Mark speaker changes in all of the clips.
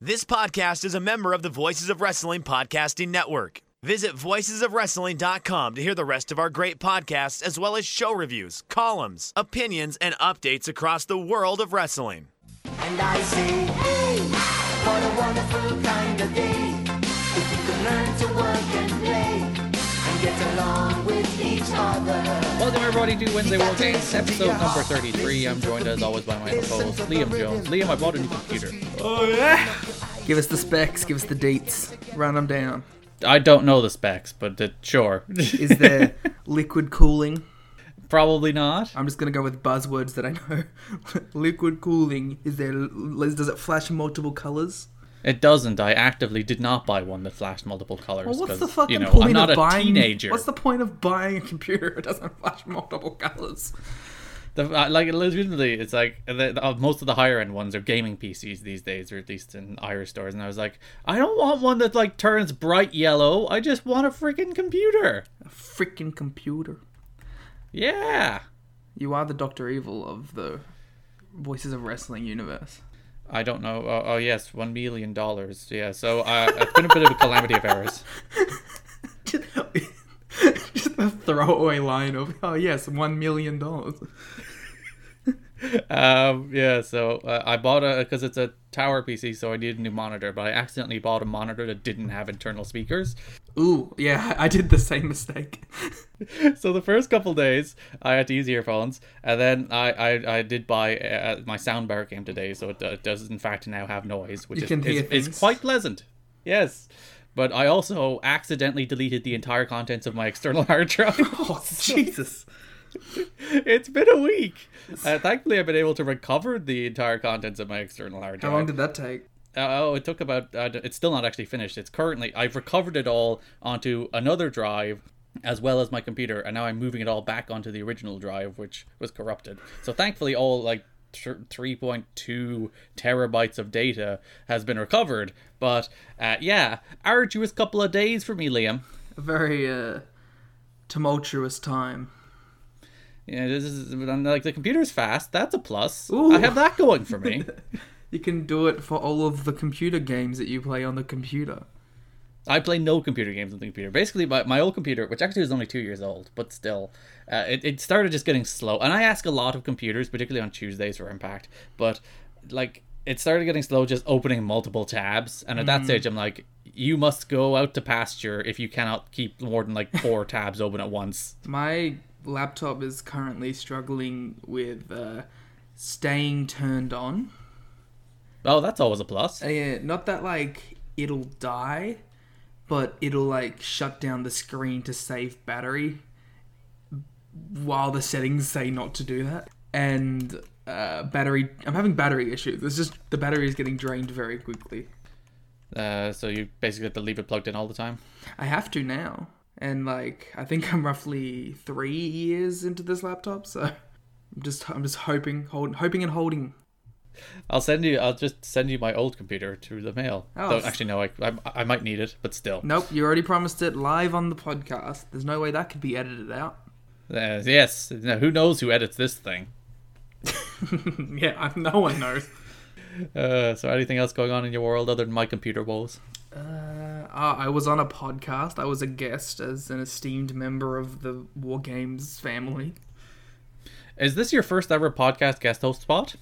Speaker 1: This podcast is a member of the Voices of Wrestling Podcasting Network. Visit voicesofwrestling.com to hear the rest of our great podcasts, as well as show reviews, columns, opinions, and updates across the world of wrestling.
Speaker 2: And I say, hey, what a wonderful kind of day. If we could learn to work and play and get along with each other.
Speaker 3: Welcome everybody to Wednesday World Games, episode number 33. I'm joined as always by my co-host Liam Jones. Liam, I bought a new computer.
Speaker 4: Give us the specs, give us the dates, run them down.
Speaker 3: I don't know the specs, but uh, sure.
Speaker 4: Is there liquid cooling?
Speaker 3: Probably not.
Speaker 4: I'm just gonna go with buzzwords that I know. liquid cooling. Is there? Does it flash multiple colors?
Speaker 3: It doesn't. I actively did not buy one that flashed multiple colors.
Speaker 4: Well, what's the
Speaker 3: 'cause,
Speaker 4: fucking
Speaker 3: you know,
Speaker 4: point
Speaker 3: I'm not
Speaker 4: of
Speaker 3: a
Speaker 4: buying?
Speaker 3: teenager.
Speaker 4: What's the point of buying a computer if it doesn't flash multiple colors?
Speaker 3: The, uh, like legitimately, it's like the, uh, most of the higher end ones are gaming PCs these days, or at least in Irish stores. And I was like, I don't want one that like turns bright yellow. I just want a freaking computer.
Speaker 4: A freaking computer.
Speaker 3: Yeah.
Speaker 4: You are the Doctor Evil of the Voices of Wrestling universe.
Speaker 3: I don't know. Oh, oh yes, one million dollars. Yeah. So uh, it's been a bit of a calamity of errors.
Speaker 4: just a throwaway line of, oh yes, one million dollars.
Speaker 3: Um, yeah. So uh, I bought a because it's a tower PC, so I need a new monitor. But I accidentally bought a monitor that didn't have internal speakers.
Speaker 4: Ooh, yeah, I did the same mistake.
Speaker 3: So the first couple days I had to use earphones, and then I I, I did buy uh, my soundbar came today, so it, it does in fact now have noise, which
Speaker 4: You
Speaker 3: is,
Speaker 4: can hear
Speaker 3: is, is
Speaker 4: things.
Speaker 3: quite pleasant. Yes. But I also accidentally deleted the entire contents of my external hard drive.
Speaker 4: Oh, Jesus.
Speaker 3: It's been a week. Uh, thankfully, I've been able to recover the entire contents of my external hard
Speaker 4: How
Speaker 3: drive.
Speaker 4: long did that take?
Speaker 3: Uh, oh, it took about. Uh, it's still not actually finished. It's currently. I've recovered it all onto another drive, as well as my computer, and now I'm moving it all back onto the original drive, which was corrupted. So thankfully, all like. thr- 3.2 terabytes of data has been recovered, but uh, yeah, arduous couple of days for me, Liam.
Speaker 4: A very uh, tumultuous time.
Speaker 3: Yeah, this is like the computer's fast. That's a plus.
Speaker 4: Ooh.
Speaker 3: I have that going for me.
Speaker 4: You can do it for all of the computer games that you play on the computer.
Speaker 3: I play no computer games on the computer. Basically, my, my old computer, which actually was only two years old, but still, uh, it, it started just getting slow. And I ask a lot of computers, particularly on Tuesdays for Impact, but like it started getting slow just opening multiple tabs. And at that stage, I'm like, you must go out to pasture if you cannot keep more than like four tabs open at once.
Speaker 4: My laptop is currently struggling with uh, staying turned on.
Speaker 3: Oh, that's always a plus.
Speaker 4: Uh, yeah, not that like it'll die, but it'll like shut down the screen to save battery while the settings say not to do that. And uh, battery, I'm having battery issues. It's just the battery is getting drained very quickly.
Speaker 3: Uh, so you basically have to leave it plugged in all the time.
Speaker 4: I have to now. And like I think I'm roughly three years into this laptop, so I'm just I'm just hoping, hold, hoping and holding.
Speaker 3: I'll send you. I'll just send you my old computer through the mail.
Speaker 4: Oh.
Speaker 3: Don't actually know. I, I I might need it, but still.
Speaker 4: Nope, you already promised it live on the podcast. There's no way that could be edited out.
Speaker 3: Uh, yes. Now, who knows who edits this thing?
Speaker 4: Yeah, I, no one knows.
Speaker 3: Uh, so, anything else going on in your world other than my computer woes?
Speaker 4: Uh, I was on a podcast. I was a guest as an esteemed member of the War Games family.
Speaker 3: Is this your first ever podcast guest host spot?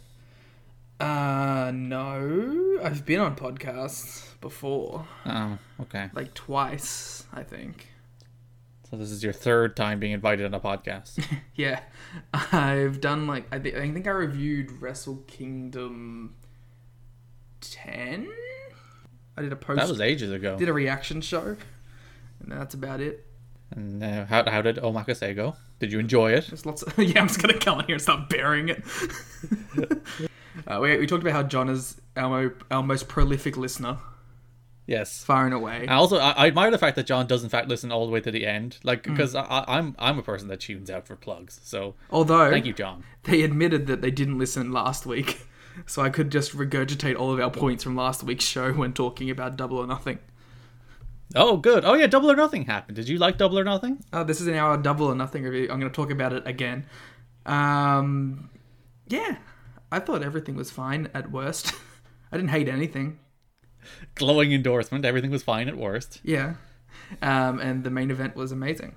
Speaker 4: Uh, no, I've been on podcasts before,
Speaker 3: Oh, okay.
Speaker 4: like twice, I think.
Speaker 3: So this is your third time being invited on a podcast.
Speaker 4: Yeah, I've done like I, thi- I think I reviewed Wrestle Kingdom ten. I did a post.
Speaker 3: That was ages ago.
Speaker 4: did a reaction show, and that's about it.
Speaker 3: And uh, how, how did Omakase go? Did you enjoy it?
Speaker 4: There's lots of yeah. I'm just gonna come on here and start burying it. uh, we we talked about how John is our mo- our most prolific listener,
Speaker 3: Yes.
Speaker 4: far and away.
Speaker 3: I also, I, I admire the fact that John does in fact listen all the way to the end, like because I I, I'm I'm a person that tunes out for plugs. So
Speaker 4: Although
Speaker 3: thank you, John.
Speaker 4: they admitted that they didn't listen last week, so I could just regurgitate all of our points from last week's show when talking about Double or Nothing.
Speaker 3: Oh, good. Oh yeah, Double or Nothing happened. Did you like Double or Nothing?
Speaker 4: Oh, this is an hour double or nothing review. I'm going to talk about it again. Um, yeah, I thought everything was fine at worst. I didn't hate anything.
Speaker 3: glowing endorsement. Everything was fine at worst.
Speaker 4: Yeah. Um, and the main event was amazing.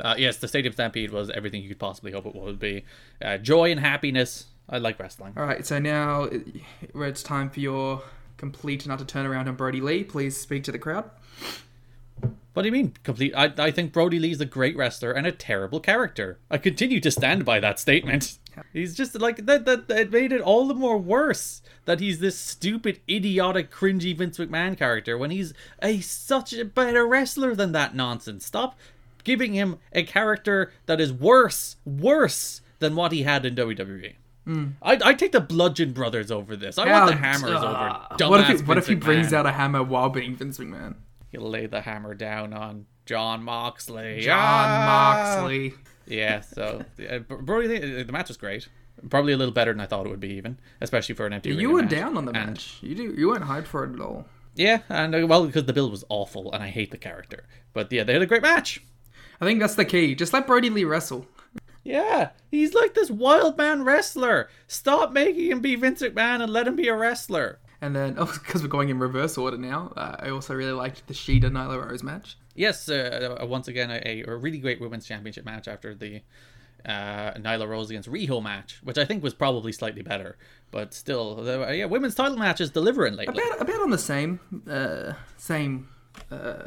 Speaker 3: Uh, yes, the Stadium Stampede was everything you could possibly hope it would be. Uh, joy and happiness. I like wrestling.
Speaker 4: All right, so now it, where it's time for your complete and utter turnaround on Brody Lee. Please speak to the crowd.
Speaker 3: What do you mean complete? I, I think Brody Lee's a great wrestler and a terrible character. I continue to stand by that statement. He's just like that. That it made it all the more worse that he's this stupid, idiotic, cringy Vince McMahon character when he's a such a better wrestler than that nonsense. Stop giving him a character that is worse, worse than what he had in WWE.
Speaker 4: Hmm.
Speaker 3: I I take the Bludgeon Brothers over this. I want the Hammers over. Dumbass
Speaker 4: uh, what if he, what
Speaker 3: Vince
Speaker 4: if he brings
Speaker 3: McMahon.
Speaker 4: out a hammer while being Vince McMahon?
Speaker 3: He laid the hammer down on John Moxley.
Speaker 4: John Moxley.
Speaker 3: Yeah, so uh, Bro- Brody, Lee- the match was great. Probably a little better than I thought it would be, even especially for an empty.
Speaker 4: You
Speaker 3: arena
Speaker 4: were
Speaker 3: match.
Speaker 4: down on the
Speaker 3: And-
Speaker 4: match. You do. You weren't hyped for it at all.
Speaker 3: Yeah, and uh, well, because the build was awful, and I hate the character. But yeah, they had a great match.
Speaker 4: I think that's the key. Just let Brody Lee wrestle.
Speaker 3: Yeah, he's like this wild man wrestler. Stop making him be Vince McMahon and let him be a wrestler.
Speaker 4: And then, oh, because we're going in reverse order now, uh, I also really liked the Sheeta Nyla Rose match.
Speaker 3: Yes, uh, uh, once again, a, a really great women's championship match after the uh, Nyla Rose against Riho match, which I think was probably slightly better, but still, uh, yeah, women's title match is delivering lately.
Speaker 4: About, about on the same, uh, same, uh,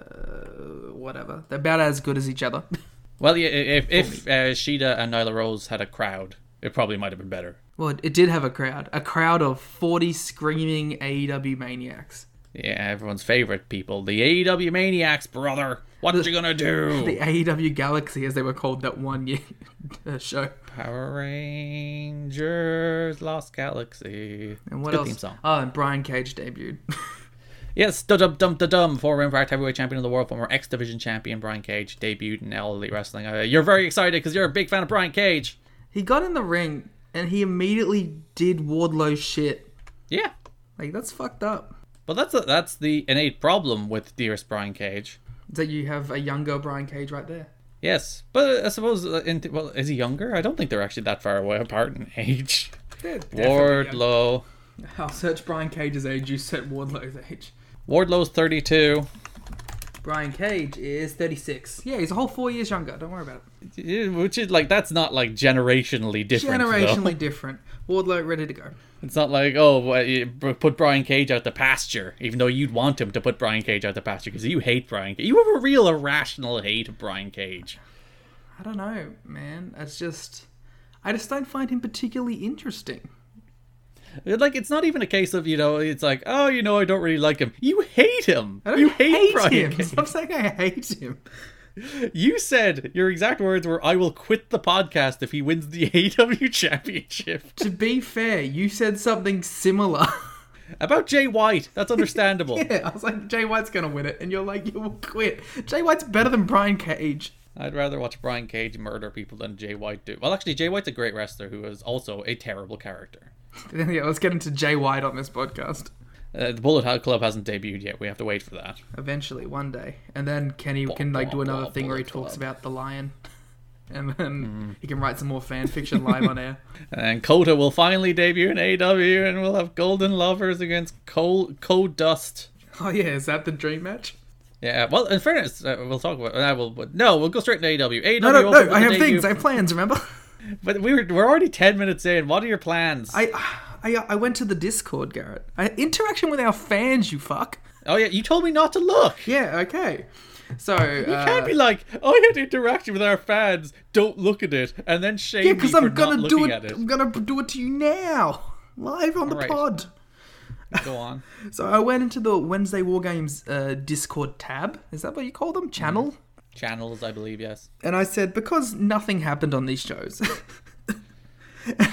Speaker 4: whatever. They're about as good as each other.
Speaker 3: Well, yeah, i- if if uh, Sheeta and Nyla Rose had a crowd, it probably might have been better.
Speaker 4: well, it, it did have a crowd, a crowd of forty screaming AEW maniacs.
Speaker 3: Yeah, everyone's favorite people, the AEW Maniacs, brother. What you gonna
Speaker 4: The
Speaker 3: do?
Speaker 4: AEW Galaxy, as they were called that one year uh, show.
Speaker 3: Power Rangers, Lost Galaxy.
Speaker 4: And what
Speaker 3: Good
Speaker 4: else?
Speaker 3: Theme song.
Speaker 4: Oh, and Brian Cage debuted.
Speaker 3: Yes, dum dum dum dum dum. Former Impact Heavyweight Champion of the World, former X Division Champion Brian Cage debuted in All Elite Wrestling. Uh, you're very excited because you're a big fan of Brian Cage.
Speaker 4: he got in the ring and he immediately did Wardlow shit.
Speaker 3: Yeah,
Speaker 4: Like that's fucked up.
Speaker 3: but that's that's the innate problem with dearest Brian Cage.
Speaker 4: That you have a younger Brian Cage right there.
Speaker 3: Yes, but I suppose uh, in well, is he younger? I don't think they're actually that far away apart in age. Wardlow,
Speaker 4: I'll search Brian Cage's age. You set Wardlow's age.
Speaker 3: Wardlow's thirty-two.
Speaker 4: Brian Cage is 36. Yeah, he's a whole four years younger. Don't worry about it.
Speaker 3: Yeah, Which is like that's not like generationally different. though.
Speaker 4: Generationally different. Wardlow ready to go.
Speaker 3: it's not like oh, well, you b- put Brian Cage out the pasture, even though you'd want him to put Brian Cage out the pasture because you hate Brian. Cage. You have a real irrational hate of Brian Cage.
Speaker 4: I don't know, man. It's just, I just don't find him particularly interesting.
Speaker 3: Like it's not even a case of you know, it's like oh, you know, I don't really like him. You hate him.
Speaker 4: I don't
Speaker 3: you hate, Brian
Speaker 4: him.
Speaker 3: Cage.
Speaker 4: Stop saying I hate him.
Speaker 3: You said your exact words were, "I will quit the podcast if he wins the AEW championship."
Speaker 4: to be fair, you said something similar.
Speaker 3: About Jay White, that's understandable.
Speaker 4: yeah, I was like, Jay White's gonna win it, and you're like, you will quit. Jay White's better than Brian Cage.
Speaker 3: I'd rather watch Brian Cage murder people than Jay White do. Well, actually, Jay White's a great wrestler who is also a terrible character.
Speaker 4: yeah, let's get into Jay White on this podcast.
Speaker 3: Uh, the Bullet Hell Club hasn't debuted yet. We have to wait for that.
Speaker 4: eventually one day and then kenny can like do another thing where he talks about the lion and then he can write some more fan fiction live on air
Speaker 3: And Kota will finally debut in AEW, and we'll have Golden Lovers against Cole Code Dust.
Speaker 4: oh yeah is that the dream match
Speaker 3: Yeah. Well, in fairness, uh, we'll talk about. Uh, we'll, but no, we'll go straight to E AEW. AEW
Speaker 4: no no
Speaker 3: opens
Speaker 4: no
Speaker 3: with the
Speaker 4: i have
Speaker 3: debut-
Speaker 4: things i have plans remember
Speaker 3: But we were we're already ten minutes in. What are your plans?
Speaker 4: i i i went to the discord garrett I, interaction with our fans you fuck
Speaker 3: Oh yeah, you told me not to look.
Speaker 4: yeah okay so
Speaker 3: You can't be like, oh, I had interaction with our fans. Don't look at it, and then shame
Speaker 4: yeah
Speaker 3: me
Speaker 4: because
Speaker 3: for
Speaker 4: i'm
Speaker 3: not
Speaker 4: gonna do
Speaker 3: looking
Speaker 4: it,
Speaker 3: at it.
Speaker 4: i'm gonna do it to you now live on the
Speaker 3: Alright.
Speaker 4: pod
Speaker 3: Go on.
Speaker 4: so i went into the wednesday war games uh, discord tab is that what you call them channel
Speaker 3: Mm. Channels, I believe, yes.
Speaker 4: and I said because nothing happened on these shows,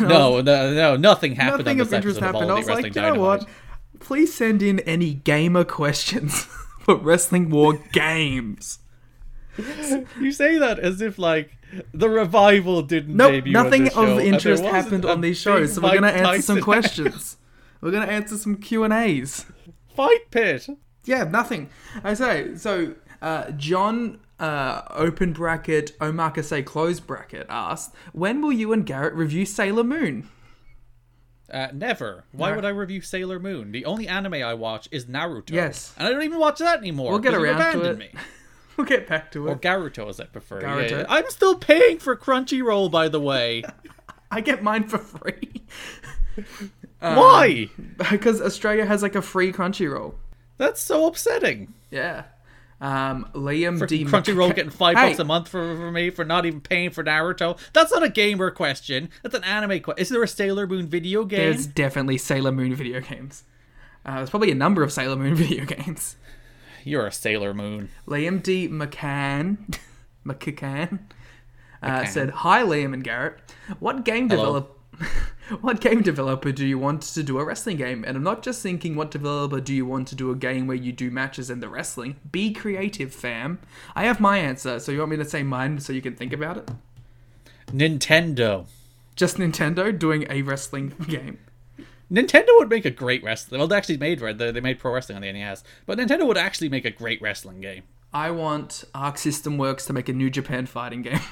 Speaker 3: No, no, no, nothing happened.
Speaker 4: nothing
Speaker 3: on this
Speaker 4: of interest
Speaker 3: episode of
Speaker 4: happened.
Speaker 3: All
Speaker 4: I
Speaker 3: Elite
Speaker 4: was like, you
Speaker 3: Wrestling
Speaker 4: know what?
Speaker 3: Dynamite.
Speaker 4: Please send in any gamer questions for Wrestling War Games.
Speaker 3: You say that as if like the revival didn't.
Speaker 4: Nope,
Speaker 3: debut on
Speaker 4: nothing
Speaker 3: this show,
Speaker 4: of
Speaker 3: and there
Speaker 4: interest
Speaker 3: wasn't
Speaker 4: happened
Speaker 3: a
Speaker 4: on these
Speaker 3: big
Speaker 4: shows, so we're gonna
Speaker 3: Mike
Speaker 4: answer some
Speaker 3: Tyson
Speaker 4: questions. we're gonna answer some Q and A's.
Speaker 3: Fight pit.
Speaker 4: Yeah, nothing. I say so. Uh, John, uh, open bracket, Omakase close bracket, asked, "When will you and Garrett review Sailor Moon?"
Speaker 3: Uh, never. Why
Speaker 4: No.
Speaker 3: would I review Sailor Moon? The only anime I watch is Naruto.
Speaker 4: Yes.
Speaker 3: And I don't even watch that anymore.
Speaker 4: We'll get
Speaker 3: 'cause you
Speaker 4: around to
Speaker 3: abandoned
Speaker 4: it.
Speaker 3: me.
Speaker 4: We'll get back to
Speaker 3: Or
Speaker 4: it.
Speaker 3: Garuto, as I prefer. Yeah,
Speaker 4: Garuto.
Speaker 3: yeah. I'm still paying for Crunchyroll, by the way.
Speaker 4: I get mine for free Um,
Speaker 3: Why?
Speaker 4: because Australia has like a free Crunchyroll.
Speaker 3: That's so upsetting.
Speaker 4: Yeah. Um, Liam D.
Speaker 3: Freaking Crunchyroll
Speaker 4: Mc-
Speaker 3: getting five
Speaker 4: Hey,
Speaker 3: bucks a month for, for me for not even paying for Naruto. That's not a gamer question. That's an anime question. Is there a Sailor Moon video game?
Speaker 4: There's definitely Sailor Moon video games. Uh, there's probably a number of Sailor Moon video games.
Speaker 3: You're a Sailor Moon.
Speaker 4: Liam D. McCann, McCann, uh,
Speaker 3: McCann.
Speaker 4: said, "Hi, Liam and Garrett. What game
Speaker 3: Hello.
Speaker 4: develop? what game developer do you want to do a wrestling game? And I'm not just thinking, what developer do you want to do a game where you do matches and the wrestling? Be creative, fam. I have my answer. So you want me to say mine so you can think about it?
Speaker 3: Nintendo.
Speaker 4: Just Nintendo doing a wrestling game.
Speaker 3: Nintendo would make a great wrestling. Well, they actually made they they made pro wrestling on the NES, but Nintendo would actually make a great wrestling game.
Speaker 4: I want Arc System Works to make a New Japan fighting game.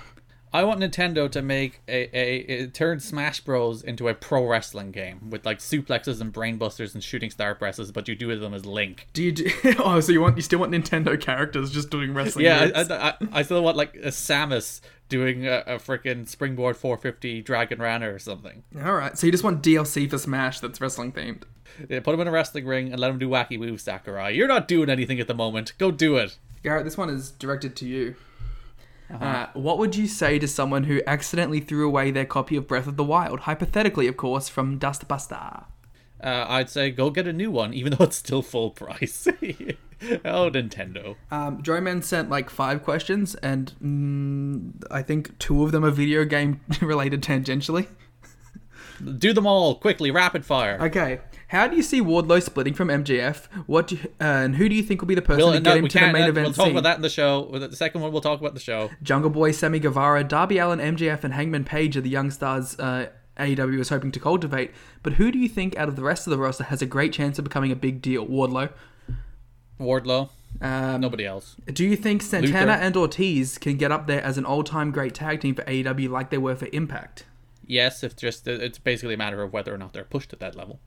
Speaker 3: I want Nintendo to make a, a, a turn Smash Bros into a pro wrestling game with like suplexes and brainbusters and shooting star presses, but you do them as Link.
Speaker 4: Do you do? Oh, so you want you still want Nintendo characters just doing wrestling?
Speaker 3: Yeah,
Speaker 4: moves.
Speaker 3: I, I, I, I still want like a Samus doing a, a freaking springboard 450 Dragon Runner or something.
Speaker 4: All right, so you just want DLC for Smash that's wrestling themed.
Speaker 3: Yeah, put him in a wrestling ring and let him do wacky moves, Sakurai. You're not doing anything at the moment. Go do it.
Speaker 4: Garrett, this one is directed to you.
Speaker 3: Uh-huh.
Speaker 4: Uh, what would you say to someone who accidentally threw away their copy of Breath of the Wild, hypothetically, of course, from Dustbuster?
Speaker 3: Uh, I'd say go get a new one, even though it's still full price. oh, Nintendo.
Speaker 4: Um, Joyman sent like five questions, and mm, I think two of them are video game related tangentially.
Speaker 3: Do them all quickly, rapid fire.
Speaker 4: Okay, how do you see Wardlow splitting from MGF? What do you, uh, and who do you think will be the person
Speaker 3: We'll,
Speaker 4: to
Speaker 3: no,
Speaker 4: get him
Speaker 3: we
Speaker 4: to the
Speaker 3: can't.
Speaker 4: main
Speaker 3: uh,
Speaker 4: event
Speaker 3: we'll talk
Speaker 4: scene?
Speaker 3: about that in the show. With The second one, we'll talk about the show.
Speaker 4: Jungle Boy, Sammy Guevara, Darby Allen, MJF, and Hangman Page are the young stars uh, AEW is hoping to cultivate. But who do you think out of the rest of the roster has a great chance of becoming a big deal? Wardlow.
Speaker 3: Wardlow,
Speaker 4: Um,
Speaker 3: nobody else.
Speaker 4: Do you think Santana
Speaker 3: Luther.
Speaker 4: and Ortiz can get up there as an all-time great tag team for AEW like they were for Impact?
Speaker 3: Yes, if just uh, it's basically a matter of whether or not they're pushed at that level.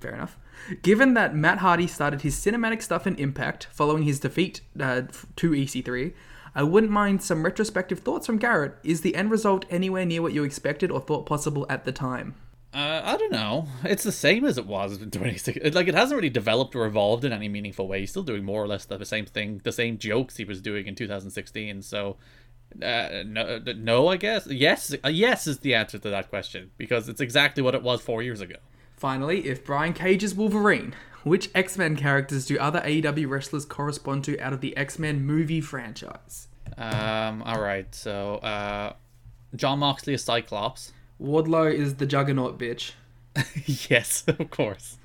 Speaker 4: Fair enough. Given that Matt Hardy started his cinematic stuff in Impact following his defeat uh, f- to EC3, I wouldn't mind some retrospective thoughts from Garrett. Is the end result anywhere near what you expected or thought possible at the time?
Speaker 3: Uh, I don't know. It's the same as it was in 26. It- Like it hasn't really developed or evolved in any meaningful way. He's still doing more or less the same thing, the same jokes he was doing in 2016. So, uh, no, no, I guess yes, uh, yes is the answer to that question because it's exactly what it was four years ago.
Speaker 4: Finally, if Brian Cage is Wolverine, which X Men characters do other AEW wrestlers correspond to out of the X Men movie franchise?
Speaker 3: Um, all right. So, uh, John Moxley is Cyclops.
Speaker 4: Wardlow is the Juggernaut bitch.
Speaker 3: Yes, of course.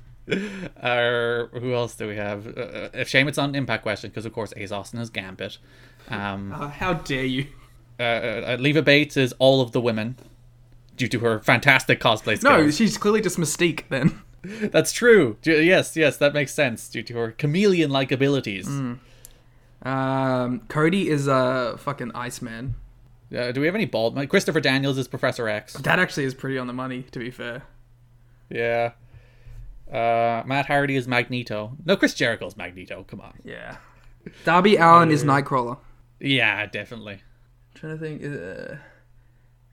Speaker 3: Or who else do we have? Uh, Uh, if shame, it's not an impact question because, of course, Ace Austin is Gambit. Um,
Speaker 4: Uh, how dare you?
Speaker 3: uh, uh, Leva Bates is all of the women due to her fantastic cosplay
Speaker 4: No,
Speaker 3: skills.
Speaker 4: she's clearly just Mystique then.
Speaker 3: That's true. Ju- Yes, yes, that makes sense due to her chameleon like abilities.
Speaker 4: Um, Cody is a uh, fucking Iceman.
Speaker 3: Uh, do we have any bald? men? Christopher Daniels is Professor X.
Speaker 4: That actually is pretty on the money, to be fair.
Speaker 3: Yeah. Uh, Matt Hardy is Magneto. No, Chris Jericho's Magneto. Come on.
Speaker 4: Yeah. Darby Allen is Nightcrawler.
Speaker 3: Yeah, definitely.
Speaker 4: trying to think. Uh...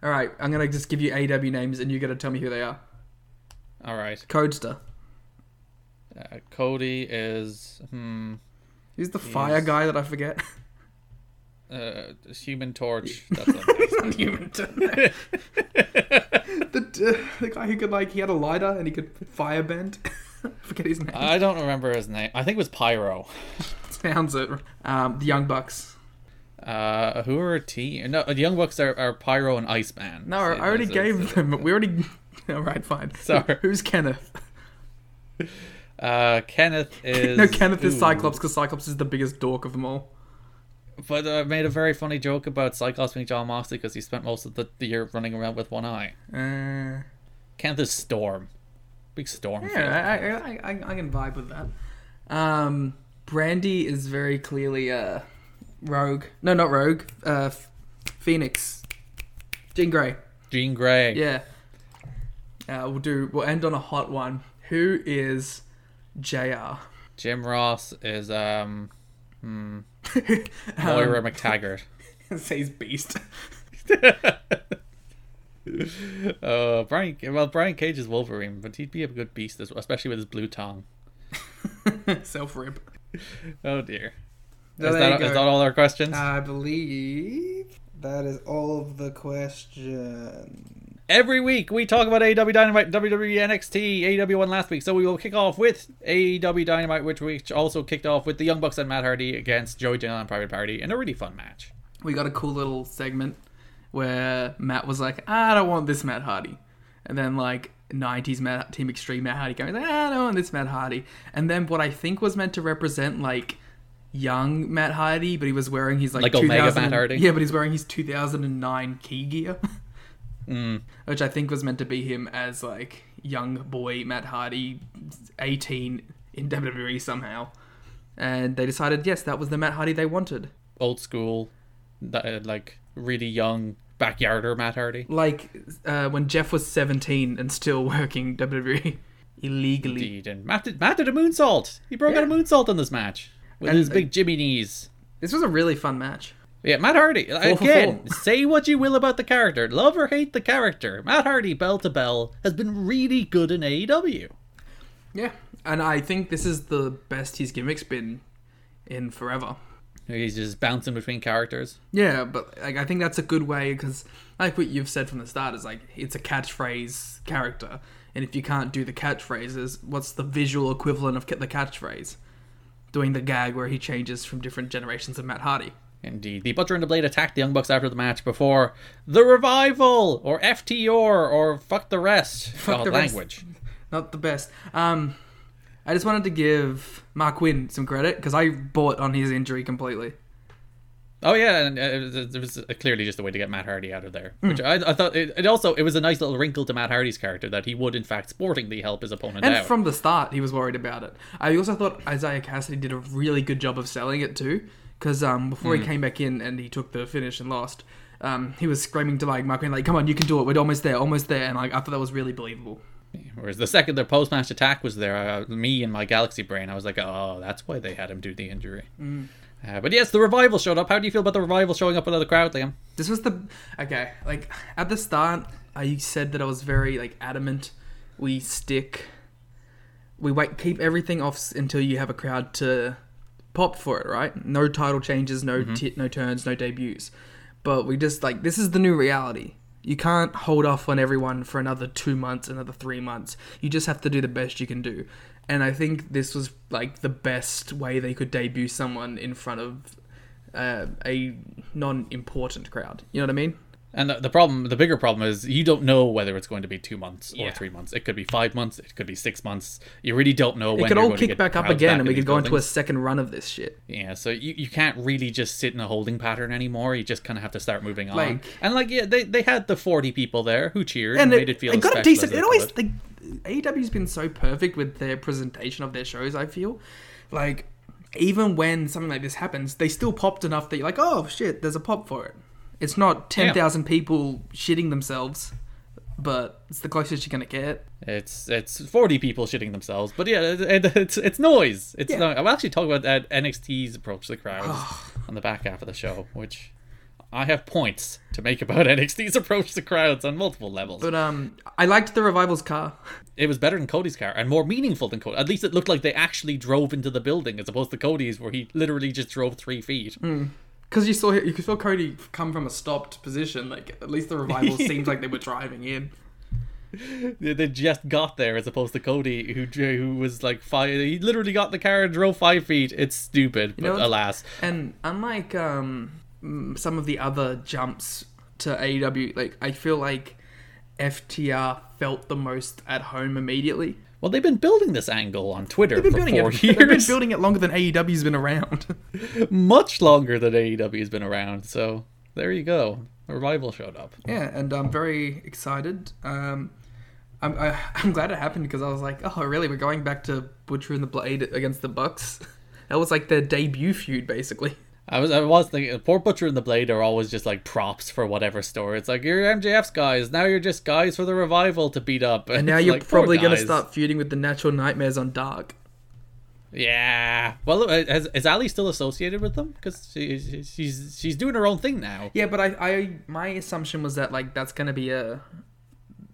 Speaker 4: All right, I'm gonna just give you AEW names, and you gotta tell me who they are.
Speaker 3: All right.
Speaker 4: Codester.
Speaker 3: Uh, Cody is. Hmm.
Speaker 4: Who's the fire guy that I forget?
Speaker 3: uh, Human Torch. That's not nice.
Speaker 4: human the, uh, the guy who could like he had a lighter and he could firebend forget his name
Speaker 3: I don't remember his name. I think it was Pyro.
Speaker 4: sounds it um, the young bucks
Speaker 3: Uh, who are T? No, the Young Bucks are, are Pyro and Iceman.
Speaker 4: no i
Speaker 3: So
Speaker 4: already
Speaker 3: those are-
Speaker 4: gave them we already all right fine
Speaker 3: Sorry.
Speaker 4: who's kenneth
Speaker 3: Uh, Kenneth is
Speaker 4: no kenneth is
Speaker 3: Ooh.
Speaker 4: cyclops because cyclops is the biggest dork of them all
Speaker 3: But I made a very funny joke about Cyclops being John Moxley because he spent most of the, the year running around with one eye.
Speaker 4: uh,
Speaker 3: Kenneth is Storm, big Storm. fan.
Speaker 4: yeah I, I, I, I can vibe with that um, brandy is very clearly uh, rogue no not rogue uh, phoenix jean grey
Speaker 3: Jean Grey.
Speaker 4: Yeah. Uh, we'll do. We'll end on a hot one. Who is Jr.
Speaker 3: Jim Ross is um, hmm,
Speaker 4: Um,
Speaker 3: Moira McTaggart.
Speaker 4: Says Beast.
Speaker 3: Uh, Brian. Well, Brian Cage is Wolverine, but he'd be a good beast as well, especially with his blue tongue.
Speaker 4: Self rip.
Speaker 3: Oh dear.
Speaker 5: No,
Speaker 3: is,
Speaker 5: there you
Speaker 3: that,
Speaker 5: go.
Speaker 3: is that all our questions?
Speaker 4: I believe.
Speaker 5: That is all of the questions.
Speaker 3: Every week we talk about AEW Dynamite, E WWE NXT, AEW one last week. So we will kick off with AEW Dynamite, which we also kicked off with the Young Bucks and Matt Hardy against Joey Janela and Private Party in a really fun match.
Speaker 4: We got a cool little segment where Matt was like, I don't want this Matt Hardy. And then, like, 90s Matt, Team Extreme Matt Hardy came. He's like, "Ah, I don't want this Matt Hardy. And then, what I think was meant to represent, like, young Matt Hardy, but he was wearing his, like,
Speaker 3: Like Omega
Speaker 4: 2000
Speaker 3: Matt Hardy?
Speaker 4: Yeah, but he's wearing his 2009 key gear.
Speaker 3: Mm.
Speaker 4: Which I think was meant to be him as, like, young boy Matt Hardy, 18 in WWE somehow. And they decided, yes, that was the Matt Hardy they wanted.
Speaker 3: Old school, th- uh, like really young backyarder Matt Hardy.
Speaker 4: like uh, when Jeff was 17 and still working WWE illegally.
Speaker 3: Indeed, and Matt did, Matt did a moonsault. He broke out a
Speaker 4: Yeah.
Speaker 3: moonsault in this match with
Speaker 4: And-
Speaker 3: his big Jimmy knees.
Speaker 4: This was a really fun match.
Speaker 3: Yeah, Matt Hardy.
Speaker 4: for
Speaker 3: Again,
Speaker 4: four.
Speaker 3: say what you will about the character, love or hate the character, Matt Hardy, bell to bell, has been really good in AEW.
Speaker 4: Yeah, and I think this is the best his gimmick's been in forever.
Speaker 3: He's just bouncing between characters.
Speaker 4: Yeah, but like I think that's a good way because like what you've said from the start is like it's a catchphrase character, and if you can't do the catchphrases, what's the visual equivalent of ca- the catchphrase? Doing the gag where he changes from different generations of Matt Hardy.
Speaker 3: Indeed. The Butcher and the Blade attacked the Young Bucks after the match before the revival or FTR or fuck the rest. Fuck
Speaker 4: the rest.
Speaker 3: language.
Speaker 4: not the best. Um, I just wanted to give Mark Wynn some credit because I bought on his injury completely.
Speaker 3: Oh yeah, and uh, it was, it was clearly just a way to get Matt Hardy out of there,
Speaker 4: Hmm.
Speaker 3: which I, I thought it, it also it was a nice little wrinkle to Matt Hardy's character that he would in fact sportingly help his opponent
Speaker 4: And
Speaker 3: out.
Speaker 4: from the start, he was worried about it. I also thought Isaiah Cassidy did a really good job of selling it too, because um, before he came back in and he took the finish and lost, um, he was screaming to like Mark Wynn, like, "Come on, you can do it! We're almost there, almost there!" And like, I thought that was really believable.
Speaker 3: Whereas the second their post match attack was there, uh, me and my galaxy brain, I was like, oh, that's why they had him do the injury.
Speaker 4: Hmm.
Speaker 3: Uh, but yes, the revival showed up. How do you feel about the revival showing up without a crowd, Liam?
Speaker 4: This was the okay. Like at the start, I said that I was very like adamant. We stick. We wait. Keep everything off s- until you have a crowd to pop for it. Right? No title changes. No ti- no turns. No debuts. But we just like this is the new reality. You can't hold off on everyone for another two months, another three months. You just have to do the best you can do. And I think this was like the best way they could debut someone in front of uh, a non-important crowd. You know what I mean?
Speaker 3: And the, the problem, the bigger problem is you don't know whether it's going to be two months or
Speaker 4: Yeah.
Speaker 3: three months. It could be five months. It could be six months. You really don't know.
Speaker 4: It
Speaker 3: when
Speaker 4: could
Speaker 3: you're
Speaker 4: all
Speaker 3: going to
Speaker 4: kick
Speaker 3: get
Speaker 4: back up
Speaker 3: crowds
Speaker 4: again, and
Speaker 3: in
Speaker 4: we could
Speaker 3: these
Speaker 4: go into a
Speaker 3: buildings.
Speaker 4: second run of this shit.
Speaker 3: Yeah, so you, you can't really just sit in a holding pattern anymore. You just kind of have to start moving on.
Speaker 4: Like-
Speaker 3: and like yeah, they, they had the forty people there who cheered and,
Speaker 4: And
Speaker 3: made it feel.
Speaker 4: they
Speaker 3: as
Speaker 4: got it
Speaker 3: special as
Speaker 4: decent.
Speaker 3: they
Speaker 4: It always
Speaker 3: could.
Speaker 4: like AEW's been so perfect with their presentation of their shows. I feel like even when something like this happens, they still popped enough that you're like, oh shit, there's a pop for it. It's not ten thousand people shitting themselves, but it's the closest you're gonna get.
Speaker 3: It's it's forty people shitting themselves, but yeah, it, it, it's it's noise. It's
Speaker 4: Yeah.
Speaker 3: no I'll actually talk about that NXT's approach to the crowds on the back half of the show, which I have points to make about NXT's approach to crowds on multiple levels.
Speaker 4: But um, I liked the revival's car.
Speaker 3: it was better than Cody's car and more meaningful than Cody. At least it looked like they actually drove into the building, as opposed to Cody's, where he literally just drove three feet.
Speaker 4: Hmm. Because you saw you could feel Cody come from a stopped position. Like at least the revival seemed like they were driving in.
Speaker 3: They they just got there, as opposed to Cody, who dr- who was like five. He literally got in the car and drove five feet. It's stupid, but
Speaker 4: know what's-
Speaker 3: alas,
Speaker 4: And unlike um, mm, some of the other jumps to AEW, like I feel like FTR felt the most at home immediately.
Speaker 3: Well, they've been building this angle on Twitter for
Speaker 4: They've been building
Speaker 3: four
Speaker 4: it. They've been
Speaker 3: years,
Speaker 4: building it longer than AEW's been around.
Speaker 3: much longer than AEW has been around. So there you go. A rival showed up.
Speaker 4: yeah, and I'm very excited. Um, I'm I, I'm glad it happened because I was like, oh really? We're going back to Butcher and the Blade against the Bucks. That was like their debut feud, basically.
Speaker 3: I was I was thinking Poor Butcher and the Blade are always just like props for whatever story. It's like you're MJF's guys, now you're just guys for the revival to beat up.
Speaker 4: And now
Speaker 3: it's
Speaker 4: you're
Speaker 3: like, poor
Speaker 4: probably going to
Speaker 3: guys.
Speaker 4: start feuding with the Natural Nightmares on Dark.
Speaker 3: Yeah. Well, uh, has, is Ali still associated with them? Because she, she- she's she's doing her own thing now.
Speaker 4: Yeah, but I, I my assumption was that like that's going to be a,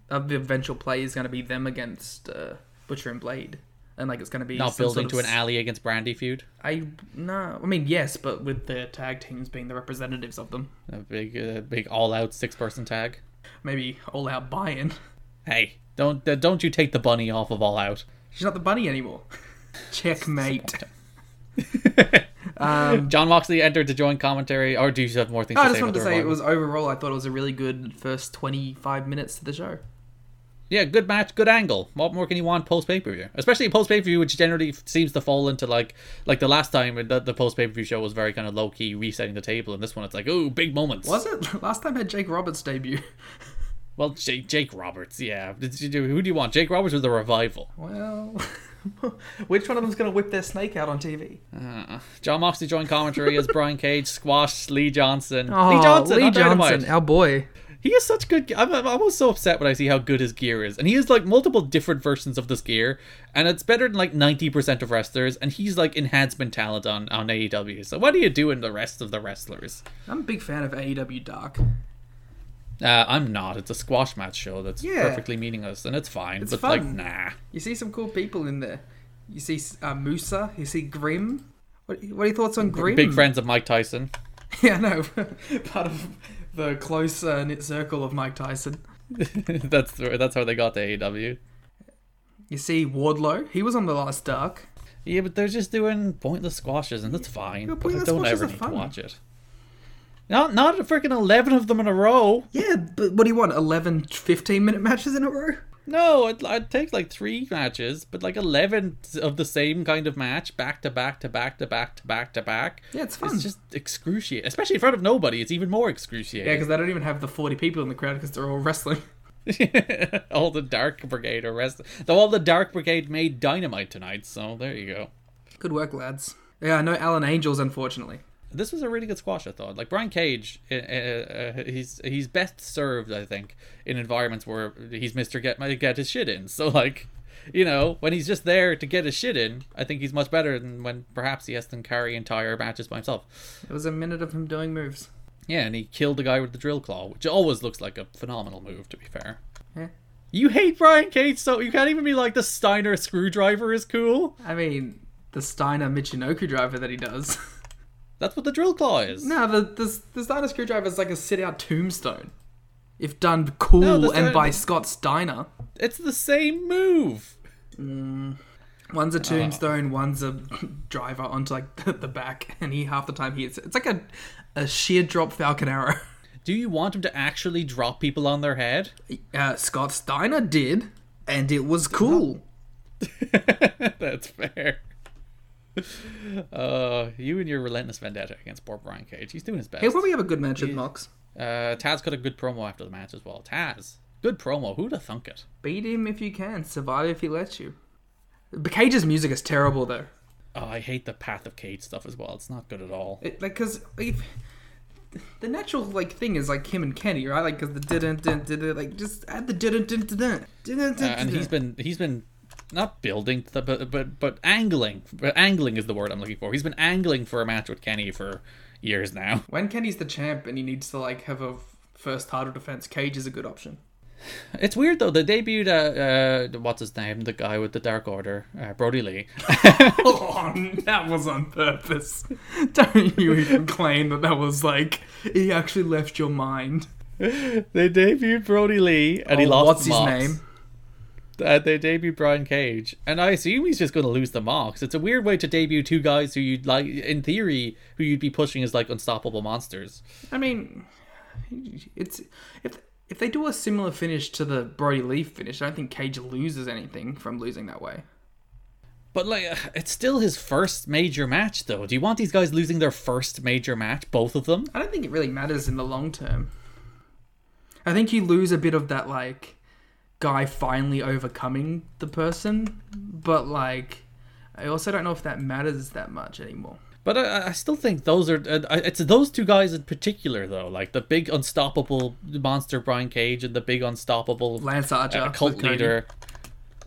Speaker 4: a the eventual play is going to be them against uh, Butcher and Blade, and like it's going to be
Speaker 3: Not
Speaker 4: some
Speaker 3: building
Speaker 4: sort
Speaker 3: to
Speaker 4: of
Speaker 3: an Ali against Brandy feud.
Speaker 4: I no, I mean yes, but with the tag teams being the representatives of them,
Speaker 3: A big uh, big all out six person tag.
Speaker 4: maybe all out buy-in.
Speaker 3: Hey, don't uh, don't you take the bunny off of all out.
Speaker 4: She's not the bunny anymore. Checkmate.
Speaker 3: John Moxley entered to join commentary, or do you have more things
Speaker 4: Um,
Speaker 3: to
Speaker 4: I just
Speaker 3: say? about
Speaker 4: wanted to
Speaker 3: the
Speaker 4: say it
Speaker 3: revival?
Speaker 4: was overall. I thought it was a really good first twenty-five minutes to the show.
Speaker 3: Yeah, good match, good angle. What more can you want post pay per view? Especially post pay per view, which generally f- seems to fall into like like the last time the, the post pay per view show was very kind of low key resetting the table, and this one it's like ooh big moments.
Speaker 4: Was it last time had Jake Roberts debut?
Speaker 3: Well, Jake, Jake Roberts, yeah. Did you do- Who do you want, Jake Roberts or the revival?
Speaker 4: Well, which one of them's gonna whip their snake out on TV?
Speaker 3: John Moxley joined commentary as Brian Cage, Squash, Lee Johnson.
Speaker 4: Oh,
Speaker 3: Lee Johnson,
Speaker 4: Lee
Speaker 3: on Dynamite.
Speaker 4: Johnson, our boy.
Speaker 3: He is such good. ge- I'm, I'm almost so upset when I see how good his gear is, and he has like multiple different versions of this gear, and it's better than like ninety percent of wrestlers. And he's like enhancement talent on on AEW. So what are you doing the rest of the wrestlers?
Speaker 4: I'm a big fan of AEW Dark.
Speaker 3: Uh, I'm not. It's a squash match show that's
Speaker 4: Yeah.
Speaker 3: perfectly meaningless, and it's fine.
Speaker 4: It's
Speaker 3: but
Speaker 4: fun.
Speaker 3: like, nah.
Speaker 4: You see some cool people in there. You see uh, Musa. You see Grimm. What, what are your thoughts on Grimm?
Speaker 3: Big friends of Mike Tyson.
Speaker 4: Yeah, no, part of the close uh, knit circle of Mike Tyson.
Speaker 3: that's the- that's how they got to E AEW.
Speaker 4: You see Wardlow. He was on the last Dark.
Speaker 3: Yeah, but they're just doing pointless squashes, and that's fine. But
Speaker 4: but
Speaker 3: I
Speaker 4: pointless
Speaker 3: don't
Speaker 4: squashes
Speaker 3: ever
Speaker 4: are
Speaker 3: need
Speaker 4: fun.
Speaker 3: to watch it. Not not freaking eleven of them in a row.
Speaker 4: Yeah, but what do you want? 11 15 minute matches in a row?
Speaker 3: No, it, I'd take like three matches, but like 11 of the same kind of match, back to back to back to back to back to back.
Speaker 4: Yeah, it's fun.
Speaker 3: It's just excruciating. Especially in front of nobody, it's even more
Speaker 4: Yeah,
Speaker 3: excruciating.
Speaker 4: because they don't even have the 40 people in the crowd because they're all wrestling.
Speaker 3: all the Dark Brigade are rest. Though all the Dark Brigade made dynamite tonight, so there you go.
Speaker 4: Good work, lads. Yeah, I know Alan Angels, unfortunately.
Speaker 3: This was a really good squash, I thought. Like Brian Cage, uh, uh, uh, he's he's best served, I think, in environments where he's Mister Get My Get His Shit In. So like, you know, when he's just there to get his shit in, I think he's much better than when perhaps he has to carry entire matches by himself.
Speaker 4: It was a minute of him doing moves.
Speaker 3: Yeah, and he killed the guy with the drill claw, which always looks like a phenomenal move. To be fair,
Speaker 4: Yeah.
Speaker 3: you hate Brian Cage, so you can't even be like the Steiner screwdriver is cool.
Speaker 4: I mean, the Steiner Michinoku driver that he does.
Speaker 3: That's what the drill claw is.
Speaker 4: no, the, the, the Steiner screwdriver is like a sit out tombstone. If done cool
Speaker 3: No, the
Speaker 4: and by
Speaker 3: Steiner-
Speaker 4: Scott Steiner.
Speaker 3: It's the same move.
Speaker 4: One's a
Speaker 3: Oh.
Speaker 4: tombstone, one's a driver onto like the, the back, and he half the time he hits it. It's like a, a sheer drop Falcon Arrow.
Speaker 3: Do you want him to actually drop people on their head?
Speaker 4: Uh, Scott Steiner did, and it was cool.
Speaker 3: That's fair. Uh, you and your relentless vendetta against poor Brian Cage. He's doing his best.
Speaker 4: He'll probably have a good match with Mox.
Speaker 3: Uh, Taz got a good promo after the match as well. Taz, good promo. Who'd have thunk it?
Speaker 4: Beat him if you can, survive if he lets you. But Cage's music is terrible though.
Speaker 3: Oh, I hate the Path of Cage stuff as well. It's not good at all.
Speaker 4: It, like, cause if, the natural like thing is like him and Kenny, right? Like, cause the didn't didn't didn't like just add the didn't didn't didn't didn't.
Speaker 3: Uh, and he's been he's been not building, the, but but but angling. But angling is the word I'm looking for. He's been angling for a match with Kenny for years now.
Speaker 4: When Kenny's the champ and he needs to like have a first title defense, Cage is a good option.
Speaker 3: It's weird though. They debuted uh, uh what's his name, the guy with the Dark Order, uh, Brody Lee.
Speaker 4: Oh, that was on purpose. Don't you even claim that that was like he actually left your mind.
Speaker 3: They debuted Brody Lee, and he
Speaker 4: Oh,
Speaker 3: lost.
Speaker 4: what's
Speaker 3: the
Speaker 4: his
Speaker 3: Mox.
Speaker 4: name?
Speaker 3: Uh, they debuted Brian Cage, and I assume he's just going to lose the Mox. It's a weird way to debut two guys who you'd like, in theory, who you'd be pushing as like unstoppable monsters.
Speaker 4: I mean, it's if if they do a similar finish to the Brody Lee finish, I don't think Cage loses anything from losing that way.
Speaker 3: But like, uh, it's still his first major match, though. Do you want these guys losing their first major match, both of them?
Speaker 4: I don't think it really matters in the long term. I think you lose a bit of that like guy finally overcoming the person, but like I also don't know if that matters that much anymore.
Speaker 3: But I, I still think those are uh, I- it's those two guys in particular though, like the big unstoppable monster Brian Cage and the big unstoppable
Speaker 4: Lance Archer
Speaker 3: uh, cult
Speaker 4: with Cody.
Speaker 3: leader.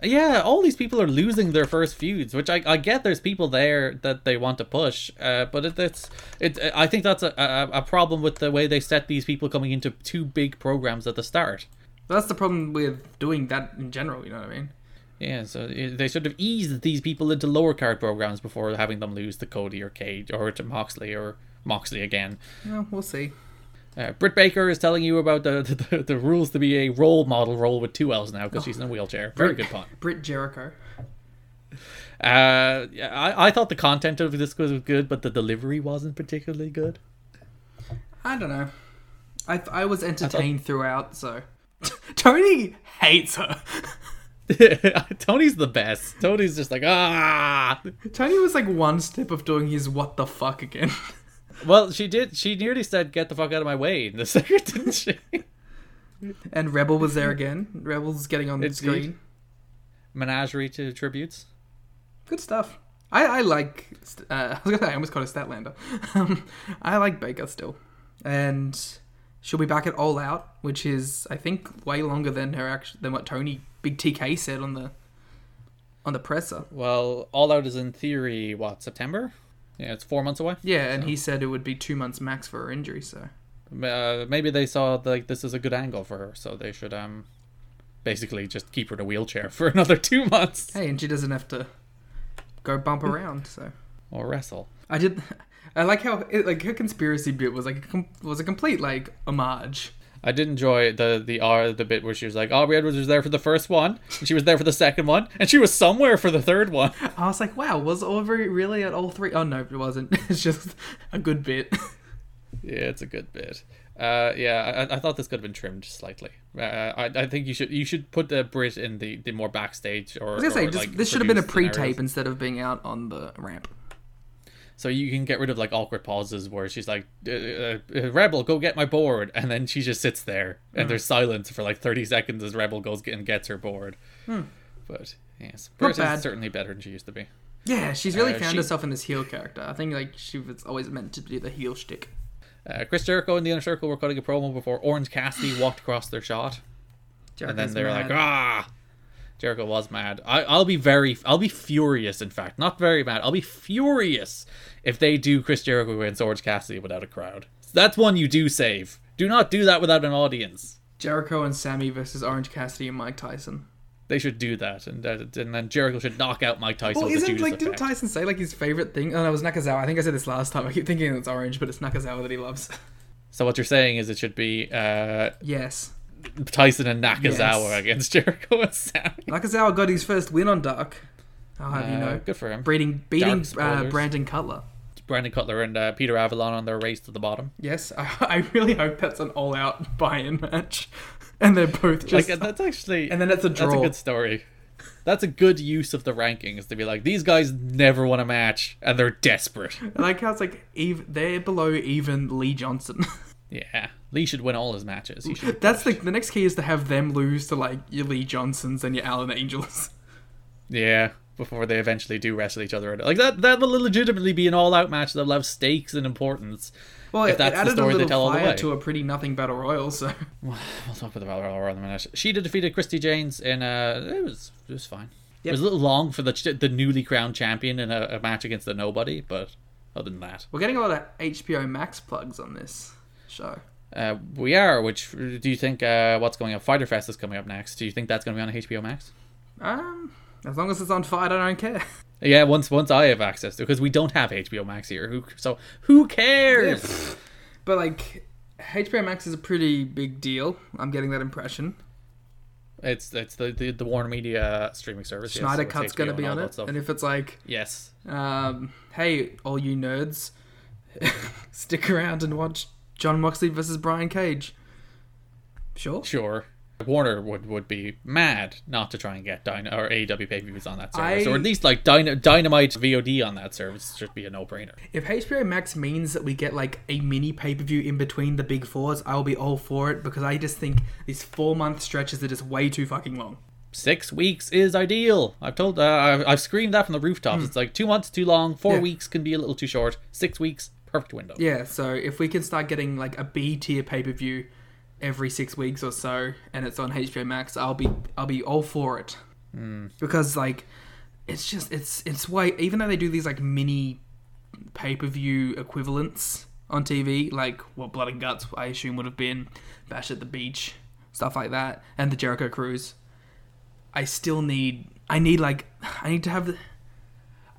Speaker 3: Yeah, all these people are losing their first feuds, which I, I get. There's people there that they want to push, uh, but it, it's it. I think that's a, a a problem with the way they set these people coming into two big programs at the start.
Speaker 4: That's the problem with doing that in general. You know what I mean?
Speaker 3: Yeah, so i- they should have eased these people into lower card programs before having them lose to Cody or Cage or to Moxley or Moxley again.
Speaker 4: Well, we'll see.
Speaker 3: Uh, Britt Baker is telling you about the, the, the, the rules to be a role model role with two L's now because she's in a wheelchair. Very good pun.
Speaker 4: Britt Jericho.
Speaker 3: Uh, yeah, I, I thought the content of this was good, but the delivery wasn't particularly good.
Speaker 4: I don't know. I, I was entertained throughout, so. Tony hates her.
Speaker 3: Tony's the best. Tony's just like ah.
Speaker 4: Tony was like one step of doing his what the fuck again.
Speaker 3: Well, she did. She nearly said, "Get the fuck out of my way." In the second, didn't she?
Speaker 4: And Rebel was there again. Rebel's getting on the
Speaker 3: Indeed.
Speaker 4: screen.
Speaker 3: Menagerie to tributes.
Speaker 4: Good stuff. I, I like. st- Uh, I was gonna. I almost called her Statlander. Um, I like Baker still, and she'll be back at All Out, which is I think way longer than her act- than what Tony Big TK said on the on the presser.
Speaker 3: Well, All Out is in theory what September? Yeah, it's four months away.
Speaker 4: Yeah, and he said it would be two months max for her injury. So
Speaker 3: Uh, maybe they saw like this is a good angle for her, so they should um, basically just keep her in a wheelchair for another two months
Speaker 4: hey, and she doesn't have to go bump around. So
Speaker 3: or wrestle.
Speaker 4: I did. I like how it, like her conspiracy bit was like a com- was a complete like homage.
Speaker 3: I did enjoy the the R the bit where she was like Aubrey Edwards was there for the first one, and she was there for the second one, and she was somewhere for the third one.
Speaker 4: I was like, wow, was Aubrey really at all three? Oh no, it wasn't. It's just a good bit.
Speaker 3: yeah, it's a good bit. Uh, yeah, I, I thought this could have been trimmed slightly. Uh, I, I think you should you should put the Brit in the, the more backstage or.
Speaker 4: I was gonna say,
Speaker 3: or,
Speaker 4: just,
Speaker 3: like,
Speaker 4: this should have been a
Speaker 3: produced
Speaker 4: pre-tape
Speaker 3: scenarios.
Speaker 4: instead of being out on the ramp.
Speaker 3: So you can get rid of like awkward pauses where she's like, uh, uh, uh, "Rebel, go get my board," and then she just sits there
Speaker 4: Hmm.
Speaker 3: and there's silence for like thirty seconds as Rebel goes get- and gets her board. But yes, Brit
Speaker 4: Hmm. bad.
Speaker 3: is certainly better than she used to be.
Speaker 4: Yeah, she's really
Speaker 3: Uh,
Speaker 4: found
Speaker 3: she-
Speaker 4: herself in this heel character. I think like she was always meant to do the heel shtick.
Speaker 3: Uh, Chris Jericho and the Inner Circle were cutting a promo before Orange Cassidy walked across their shot, and then they were like, "Ah." Jericho was mad. I, I'll be very, I'll be furious. In fact, not very mad. I'll be furious if they do Chris Jericho against Orange Cassidy without a crowd. That's one you do save. Do not do that without an audience.
Speaker 4: Jericho and Sammy versus Orange Cassidy and Mike Tyson.
Speaker 3: They should do that, and that, and then Jericho should knock out Mike Tyson.
Speaker 4: Well,
Speaker 3: with the
Speaker 4: isn't
Speaker 3: Judas
Speaker 4: like didn't
Speaker 3: effect.
Speaker 4: Tyson say like his favorite thing? Oh, no, it was Nakazawa. I think I said this last time. I keep thinking it's Orange, but it's Nakazawa that he loves.
Speaker 3: So what you're saying is it should be uh,
Speaker 4: yes,
Speaker 3: Tyson and Nakazawa
Speaker 4: Yes.
Speaker 3: against Jericho and Sammy.
Speaker 4: Nakazawa got his first win on Dark. I'll have you
Speaker 3: Uh,
Speaker 4: know,
Speaker 3: good for him.
Speaker 4: breeding,
Speaker 3: Dark
Speaker 4: beating uh,
Speaker 3: spoilers.
Speaker 4: Brandon Cutler.
Speaker 3: Brandon Cutler and uh, Peter Avalon on their race to the bottom.
Speaker 4: Yes, I, I really hope that's an all-out buy-in match, and they're both
Speaker 3: Like
Speaker 4: just.
Speaker 3: that's actually,
Speaker 4: and then it's a
Speaker 3: that's a
Speaker 4: draw.
Speaker 3: good story. That's a good use of the rankings to be like these guys never won a match and they're desperate.
Speaker 4: I like how it's like ev- they're below even Lee Johnson.
Speaker 3: Yeah, Lee should win all his matches. He should.
Speaker 4: that's the the next key is to have them lose to like your Lee Johnsons and your Allen Angels.
Speaker 3: Yeah, before they eventually do wrestle each other, like that, that will legitimately be an all-out match that'll have stakes and importance.
Speaker 4: Well,
Speaker 3: If
Speaker 4: it,
Speaker 3: that's
Speaker 4: it
Speaker 3: the
Speaker 4: added
Speaker 3: story
Speaker 4: a
Speaker 3: they
Speaker 4: little
Speaker 3: tell all the
Speaker 4: fire
Speaker 3: way.
Speaker 4: to a pretty nothing battle royal. So
Speaker 3: We'll talk about the Battle Royal in a minute. Sheeta defeated Christy Janes in a. It was it was fine. It was a little long for the ch- the newly crowned champion in a, a match against the nobody, but other than that,
Speaker 4: we're getting a lot of HBO Max plugs on this show.
Speaker 3: uh, we are. Which do you think? Uh, what's going on? Fighter Fest is coming up next. Do you think that's going to be on HBO Max?
Speaker 4: Um, as long as it's on fire, I don't care.
Speaker 3: Yeah, once once I have access to because we don't have HBO Max here. Who so who cares?
Speaker 4: but like, HBO Max is a pretty big deal. I'm getting that impression.
Speaker 3: It's it's the, the the Warner Media streaming service. yes,
Speaker 4: Snyder
Speaker 3: with
Speaker 4: Cut's
Speaker 3: HBO
Speaker 4: gonna be
Speaker 3: and all
Speaker 4: on
Speaker 3: that
Speaker 4: it,
Speaker 3: stuff.
Speaker 4: and if it's like
Speaker 3: yes,
Speaker 4: um, hey, all you nerds, stick around and watch John Moxley versus Brian Cage. Sure.
Speaker 3: sure. Warner would, would be mad not to try and get Dyna or AEW pay per views on that service,
Speaker 4: I-
Speaker 3: or at least like Dyna- Dynamite VOD on that service should be a no brainer.
Speaker 4: If HBO Max means that we get like a mini pay per view in between the big fours, I will be all for it because I just think this four month stretches are just way too fucking long.
Speaker 3: six weeks is ideal. I've told, uh, I've, I've screamed that from the rooftops. It's like two months too long, four
Speaker 4: Hmm. Yeah.
Speaker 3: weeks can be a little too short, six weeks perfect window.
Speaker 4: Yeah, so if we can start getting like a B tier pay per view every six weeks or so, and it's on HBO Max, I'll be I'll be all for it. Because like, it's just it's it's why even though they do these like mini pay per view equivalents on TV, like what Blood and Guts I assume would have been, Bash at the Beach, stuff like that, and the Jericho Cruise. I still need I need like I need to have the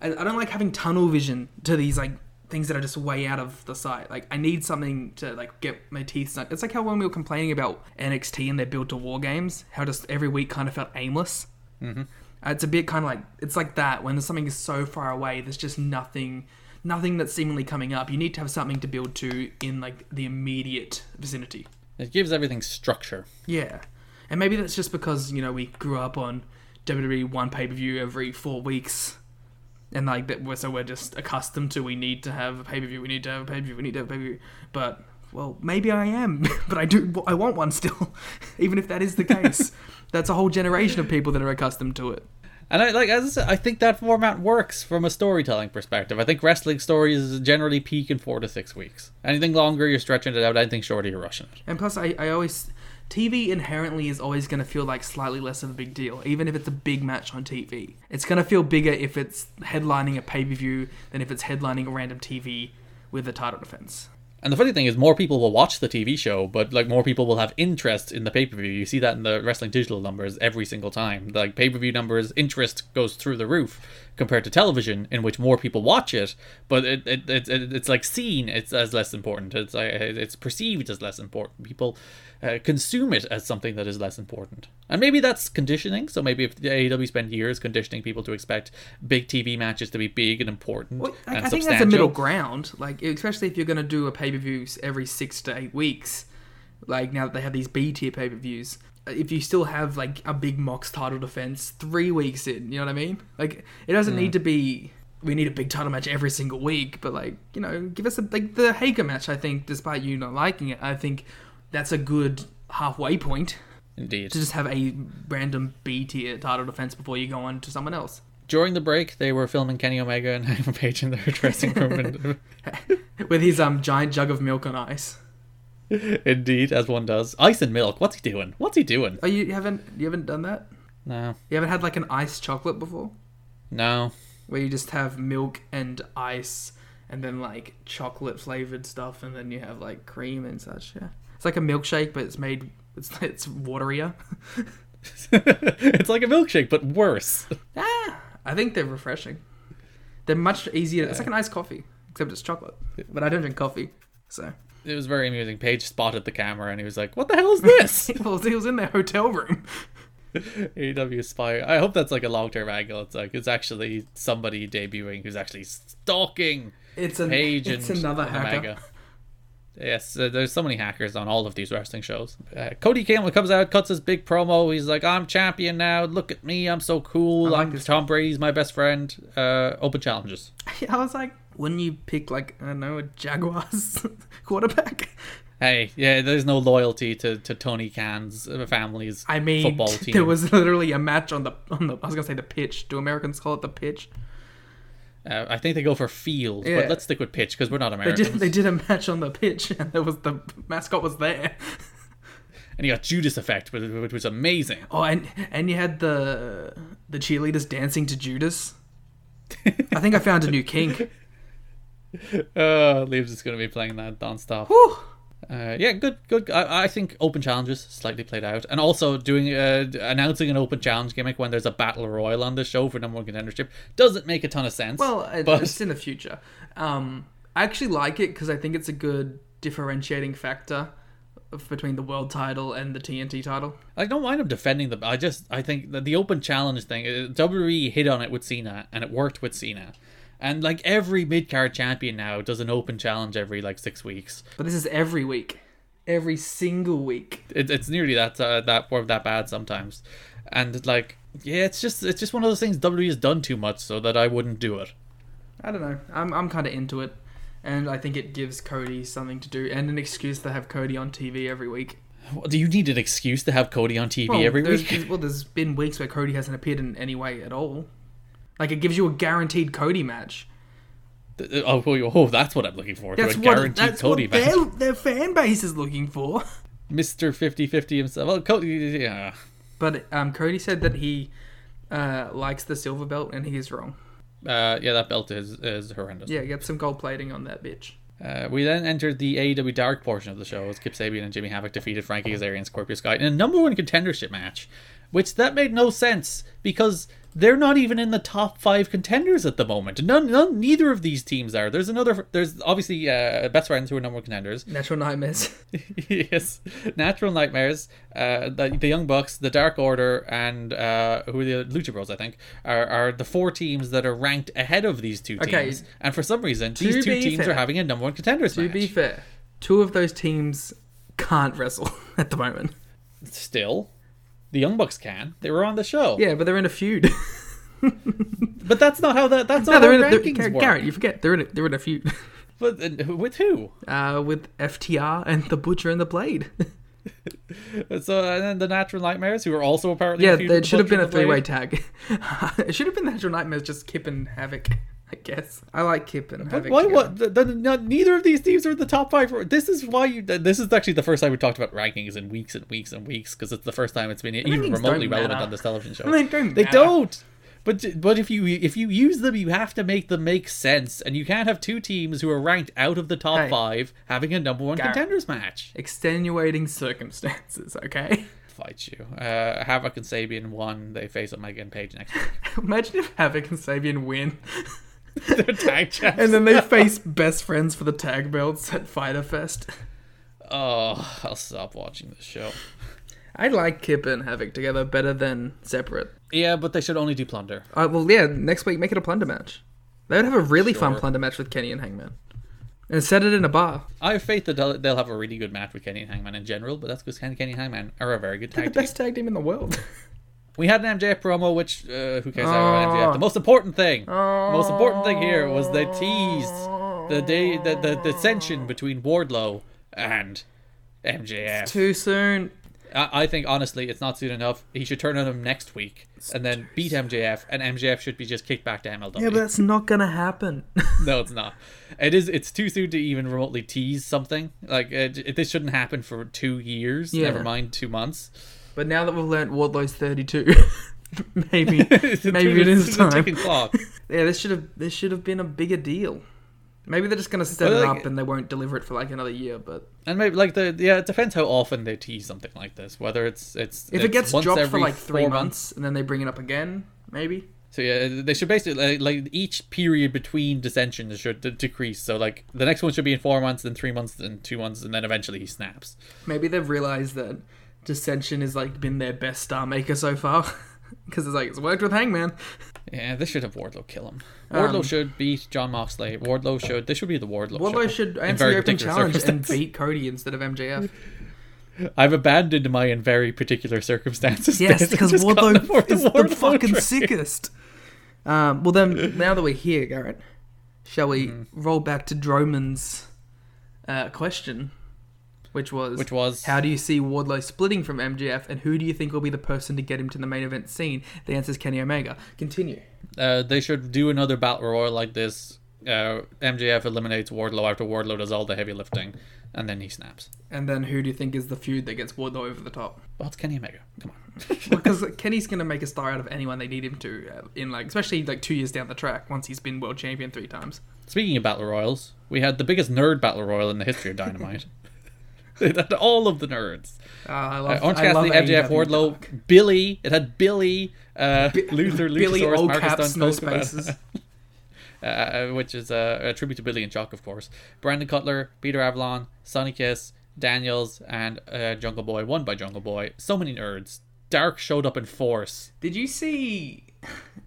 Speaker 4: I, I don't like having tunnel vision to these like things that are just way out of the sight. Like I need something to like get my teeth stuck. It's like how when we were complaining about NXT and their build to war games, how just every week kind of felt aimless. Mm-hmm. It's a bit kind of like it's like that when something is so far away. There's just nothing, nothing that's seemingly coming up. You need to have something to build to in like the immediate vicinity.
Speaker 3: It gives everything structure.
Speaker 4: Yeah. And maybe that's just because, you know, we grew up on WWE one pay per view every four weeks. And like that we're so we're just accustomed to we need to have a pay per view, we need to have a pay per view, we need to have a pay per view. But well, maybe I am, but I do I want one still. Even if that is the case. that's a whole generation of people that are accustomed to it.
Speaker 3: And I like as I said, I think that format works from a storytelling perspective. I think wrestling stories generally peak in four to six weeks. Anything longer, you're stretching it out. Anything shorter, you're rushing it.
Speaker 4: And plus, I, I always TV inherently is always going to feel like slightly less of a big deal, even if it's a big match on TV. It's going to feel bigger if it's headlining a pay per view than if it's headlining a random TV with a title defense.
Speaker 3: And the funny thing is, more people will watch the TV show, but like more people will have interest in the pay per view. You see that in the wrestling digital numbers every single time. Like pay per view numbers, interest goes through the roof compared to television, in which more people watch it, but it, it, it, it it's like seen it's as less important. It's like it- it's perceived as less important. People uh, consume it as something that is less important, and maybe that's conditioning. So maybe if the AEW spent years conditioning people to expect big TV matches to be big and important
Speaker 4: Well, I,
Speaker 3: and
Speaker 4: I think
Speaker 3: substantial.
Speaker 4: that's a middle ground. Like, especially if you're going to do a pay per view every six to eight weeks, like now that they have these B tier pay per views, if you still have like a big Mox title defense three weeks in, you know what I mean? Like, it doesn't
Speaker 3: Mm.
Speaker 4: need to be. We need a big title match every single week, but like you know, give us a, like the Hager match. I think, despite you not liking it, I think that's a good halfway point
Speaker 3: Indeed.
Speaker 4: to just have a random B tier title defense before you go on to someone else.
Speaker 3: during the break they were filming Kenny Omega and Hangman Page in their dressing room and
Speaker 4: with his um giant jug of milk on ice.
Speaker 3: indeed as one does ice and milk what's he doing what's he doing
Speaker 4: Oh, you you haven't you haven't done that?
Speaker 3: no
Speaker 4: You haven't had like an ice chocolate before,
Speaker 3: no
Speaker 4: where you just have milk and ice, and then like chocolate flavored stuff, and then you have like cream and such. Yeah, it's like a milkshake, but it's made it's it's waterier.
Speaker 3: it's like a milkshake but worse
Speaker 4: ah, I think they're refreshing. They're much easier. It's like an iced coffee, except it's chocolate. But I don't drink coffee, so.
Speaker 3: it was very amusing Page spotted the camera and he was like what the hell is this
Speaker 4: Well, he was in their hotel room.
Speaker 3: AEW spy I hope that's like a long term angle it's like it's actually somebody debuting who's actually stalking
Speaker 4: It's an,
Speaker 3: Page
Speaker 4: it's
Speaker 3: and
Speaker 4: another hacker.
Speaker 3: Omega. Yes, uh, there's so many hackers on all of these wrestling shows. Uh, Cody Campbell comes out, cuts his big promo. He's like, "I'm champion now. Look at me. I'm so cool.
Speaker 4: like
Speaker 3: I'm
Speaker 4: this.
Speaker 3: Tom Brady's my best friend." Uh, open challenges.
Speaker 4: I was like, wouldn't you pick like I don't know a Jaguars quarterback?
Speaker 3: Hey, yeah, there's no loyalty to, to Tony Khan's uh, family's
Speaker 4: I mean,
Speaker 3: football team.
Speaker 4: there was literally a match on the on the. I was gonna say the pitch. Do Americans call it the pitch?
Speaker 3: Uh, I think they go for field,
Speaker 4: Yeah.
Speaker 3: but let's stick with pitch because we're not
Speaker 4: They
Speaker 3: Americans.
Speaker 4: did. They did a match on the pitch, and there was the mascot was there.
Speaker 3: And you got Judas effect, which, which was amazing.
Speaker 4: Oh, and and you had the the cheerleaders dancing to Judas. I think I found a new kink.
Speaker 3: Uh, Leaves is going to be playing that nonstop.
Speaker 4: Whew.
Speaker 3: Uh, yeah, good, good. I, I think open challenges slightly played out, and also doing uh, d- announcing an open challenge gimmick when there's a battle royal on the show for number one contendership doesn't make a ton of sense.
Speaker 4: Well, it-
Speaker 3: but
Speaker 4: it's in the future. Um, I actually like it because I think it's a good differentiating factor of- between the world title and the TNT title.
Speaker 3: I don't mind him defending the. I just I think that the open challenge thing, uh, WWE hit on it with Cena, and it worked with Cena, and like every mid card champion now does an open challenge every like six weeks.
Speaker 4: But this is every week, every single week.
Speaker 3: it, it's nearly that uh, that or that bad sometimes, and like yeah, it's just it's just one of those things WWE has done too much so that I wouldn't do it.
Speaker 4: I don't know. I'm I'm kind of into it, and I think it gives Cody something to do and an excuse to have Cody on TV every week.
Speaker 3: Do you need an excuse to have Cody on TV
Speaker 4: Well,
Speaker 3: every
Speaker 4: Oh, there's,
Speaker 3: week?
Speaker 4: Well, there's been weeks where Cody hasn't appeared in any way at all. Like it gives you a guaranteed Cody match.
Speaker 3: Oh, oh, oh, that's what I'm looking for. to
Speaker 4: That's
Speaker 3: a
Speaker 4: what,
Speaker 3: guaranteed
Speaker 4: that's
Speaker 3: Cody
Speaker 4: what
Speaker 3: match.
Speaker 4: their, their fan base is looking for.
Speaker 3: Mr. 50-50 himself. Well, Cody, yeah.
Speaker 4: But um, Cody said that he uh, likes the silver belt, and he is wrong.
Speaker 3: Uh, yeah, that belt is, is horrendous.
Speaker 4: Yeah, get some gold plating on that bitch.
Speaker 3: Uh, we then entered the AEW Dark portion of the show as Kip Sabian and Jimmy Havoc defeated Frankie Kazarian and Scorpio Sky in a number one contendership match, which that made no sense because they're not even in the top five contenders at the moment. None, none neither of these teams are. There's another. There's obviously uh, best friends who are number one contenders.
Speaker 4: Natural nightmares.
Speaker 3: yes, Natural Nightmares, uh, the, the Young Bucks, the Dark Order, and uh, who are the Lucha Bros? I think are, are the four teams that are ranked ahead of these two teams.
Speaker 4: Okay.
Speaker 3: And for some reason, these two
Speaker 4: be
Speaker 3: teams
Speaker 4: fair-
Speaker 3: are having a number one contenders
Speaker 4: to
Speaker 3: match.
Speaker 4: be fair, two of those teams can't wrestle at the moment.
Speaker 3: Still, the Young Bucks can. They were on the show.
Speaker 4: Yeah, but they're in a feud.
Speaker 3: but that's not how that. That's
Speaker 4: no,
Speaker 3: not
Speaker 4: they're
Speaker 3: how
Speaker 4: in a,
Speaker 3: rankings
Speaker 4: they're,
Speaker 3: work.
Speaker 4: Garrett, you forget they're in a, they're in a feud
Speaker 3: But uh, who- with who?
Speaker 4: uh, with FTR and the Butcher and the Blade.
Speaker 3: So and then the Natural Nightmares, who are also apparently
Speaker 4: yeah,
Speaker 3: a feud with
Speaker 4: there
Speaker 3: the
Speaker 4: should have
Speaker 3: Butcher
Speaker 4: been a
Speaker 3: and the Blade.
Speaker 4: three-way tag. it should have been Natural Nightmares, just Kip and Havoc. I guess I like Kip and Havoc.
Speaker 3: Why?
Speaker 4: together.
Speaker 3: What? The, the, no- neither of these teams are in the top five. This is why you. This is actually the first time we talked about rankings in weeks and weeks and weeks because it's the first time it's been even
Speaker 4: rankings
Speaker 3: remotely
Speaker 4: don't
Speaker 3: relevant
Speaker 4: matter.
Speaker 3: on this television show.
Speaker 4: They don't
Speaker 3: They
Speaker 4: matter.
Speaker 3: don't. But but if you if you use them, you have to make them make sense, and you can't have two teams who are ranked out of the top
Speaker 4: Hey.
Speaker 3: five having a number one
Speaker 4: Garrett.
Speaker 3: contenders match.
Speaker 4: Extenuating circumstances, okay?
Speaker 3: Fight you. Uh, Havoc and Sabian won. They face up Megan Page next. week.
Speaker 4: Imagine if Havoc and Sabian win,
Speaker 3: They're tag champs.
Speaker 4: and then they face best friends for the tag belts at Fighter Fest.
Speaker 3: oh, I'll stop watching this show.
Speaker 4: I like Kip and Havoc together better than separate.
Speaker 3: Yeah, but they should only do plunder.
Speaker 4: Uh, well, yeah, next week make it a plunder match. They would have a really fun
Speaker 3: Sure.
Speaker 4: plunder match with Kenny and Hangman, and set it in a bar.
Speaker 3: I have faith that they'll, they'll have a really good match with Kenny and Hangman in general, but that's because Kenny, Kenny and Hangman are a very good
Speaker 4: They're
Speaker 3: tag
Speaker 4: the
Speaker 3: team.
Speaker 4: best tag team in the world.
Speaker 3: We had an MJF promo, which uh, who cares about
Speaker 4: Oh.
Speaker 3: MJF? The most important thing, the most important thing here was they teased the day the, the, the tension between Wardlow and MJF.
Speaker 4: Too soon.
Speaker 3: I, I think honestly, it's not soon enough. He should turn on him next week and then beat MJF, and MJF should be just kicked back to MLW.
Speaker 4: Yeah, but that's not gonna happen.
Speaker 3: No, it's not. It is. It's too soon to even remotely tease something. Like it, it- this shouldn't happen for two years.
Speaker 4: Yeah.
Speaker 3: Never mind two months.
Speaker 4: but now that we've learned Wardlow's thirty-two, maybe
Speaker 3: Dude,
Speaker 4: maybe it
Speaker 3: it's
Speaker 4: is
Speaker 3: a
Speaker 4: time.
Speaker 3: ticking clock.
Speaker 4: Yeah, this should have this should have been a bigger deal. Maybe they're just gonna set
Speaker 3: Well,
Speaker 4: it
Speaker 3: like-
Speaker 4: up and they won't deliver it for like another year. But
Speaker 3: and maybe like the yeah, it depends how often they tease something like this. Whether it's it's
Speaker 4: if
Speaker 3: it's
Speaker 4: it gets
Speaker 3: once
Speaker 4: dropped for
Speaker 3: every
Speaker 4: like three
Speaker 3: four
Speaker 4: months, and then they bring it up again, maybe.
Speaker 3: So yeah, uh, they should basically like, like each period between dissension should d- decrease. So like the next one should be in four months, then three months, then two months, and then eventually he snaps.
Speaker 4: Maybe they've realized that dissension has like been their best star maker so far. Because it's like it's worked with Hangman.
Speaker 3: Yeah, they should have Wardlow kill him. Wardlow
Speaker 4: Um,
Speaker 3: should beat John Moxley. Wardlow should. This should be the Wardlow.
Speaker 4: Wardlow
Speaker 3: show,
Speaker 4: should
Speaker 3: in
Speaker 4: answer
Speaker 3: very
Speaker 4: the open
Speaker 3: particular
Speaker 4: challenge and
Speaker 3: circumstances.
Speaker 4: beat Cody instead of MJF.
Speaker 3: I've abandoned my in very particular circumstances.
Speaker 4: Yes,
Speaker 3: days and
Speaker 4: because
Speaker 3: just gone for
Speaker 4: Wardlow is the
Speaker 3: Wardlow
Speaker 4: fucking
Speaker 3: train.
Speaker 4: sickest. Um, well, then, now that we're here, Garrett, shall we
Speaker 3: Mm-hmm.
Speaker 4: roll back to Droman's uh, question, which was,
Speaker 3: Which was-
Speaker 4: how do you see Wardlow splitting from MJF, and who do you think will be the person to get him to the main event scene? The answer is Kenny Omega. Continue.
Speaker 3: Uh, they should do another battle royal like this. Uh, MJF eliminates Wardlow after Wardlow does all the heavy lifting, and then he snaps.
Speaker 4: And then, who do you think is the feud that gets Wardlow over the top?
Speaker 3: Well, it's Kenny Omega. Come on.
Speaker 4: Because Kenny's gonna make a star out of anyone they need him to, uh, in like, especially like two years down the track once he's been world champion three times.
Speaker 3: Speaking of battle royals, we had the biggest nerd battle royal in the history of Dynamite. It had all of the nerds.
Speaker 4: Uh, I
Speaker 3: Uh,
Speaker 4: love.
Speaker 3: Orange
Speaker 4: I love E
Speaker 3: Cassidy, MJF,
Speaker 4: AEW
Speaker 3: Wardlow,
Speaker 4: Dark.
Speaker 3: Billy. It had Billy, uh, Luther,
Speaker 4: Billy,
Speaker 3: Luchasaurus,
Speaker 4: all
Speaker 3: Marcus
Speaker 4: caps,
Speaker 3: Stone,
Speaker 4: no
Speaker 3: Colt Cabana.
Speaker 4: spaces.
Speaker 3: uh, which is uh, a tribute to Billy and Jock, of course. Brandon Cutler, Peter Avalon, Sonny Kiss, Daniels, and uh, Jungle Boy, won by Jungle Boy. So many nerds. Dark showed up in force.
Speaker 4: Did you see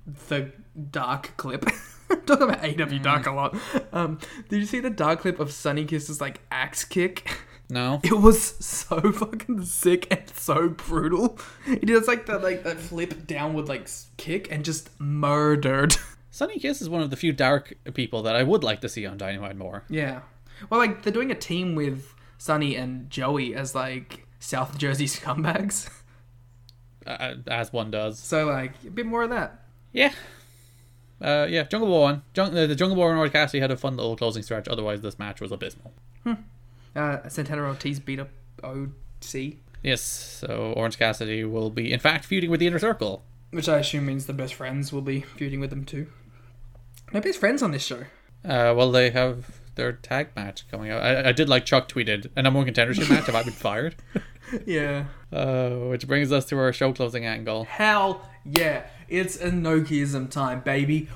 Speaker 4: the dark clip? Talk about AW
Speaker 3: Mm.
Speaker 4: Dark a lot. Um, did you see the dark clip of Sunny Kiss's like axe kick?
Speaker 3: No?
Speaker 4: It was so fucking sick and so brutal. He does like that like that flip downward like s- kick and just murdered.
Speaker 3: Sonny Kiss is one of the few dark people that I would like to see on Dynamite more.
Speaker 4: Yeah. Well, like they're doing a team with Sunny and Joey as like South Jersey scumbags.
Speaker 3: uh, as one does.
Speaker 4: So like a bit more of that.
Speaker 3: Yeah. Uh, yeah, Jungle War one. Jung- uh, the, the Jungle War and Orange Cassidy had a fun little closing stretch. Otherwise, this match was abysmal.
Speaker 4: Uh, Santana Ortiz beat up OC,
Speaker 3: Yes, so Orange Cassidy will be, in fact, feuding with the Inner Circle.
Speaker 4: which I assume means the best friends will be feuding with them too. No best friends on this show.
Speaker 3: Uh, well, they have their tag match coming up. I, I did like Chuck tweeted a number one contendership match. Have I been fired?
Speaker 4: Yeah.
Speaker 3: Uh, which brings us to our show closing angle
Speaker 4: Hell yeah! It's Enochism time, baby.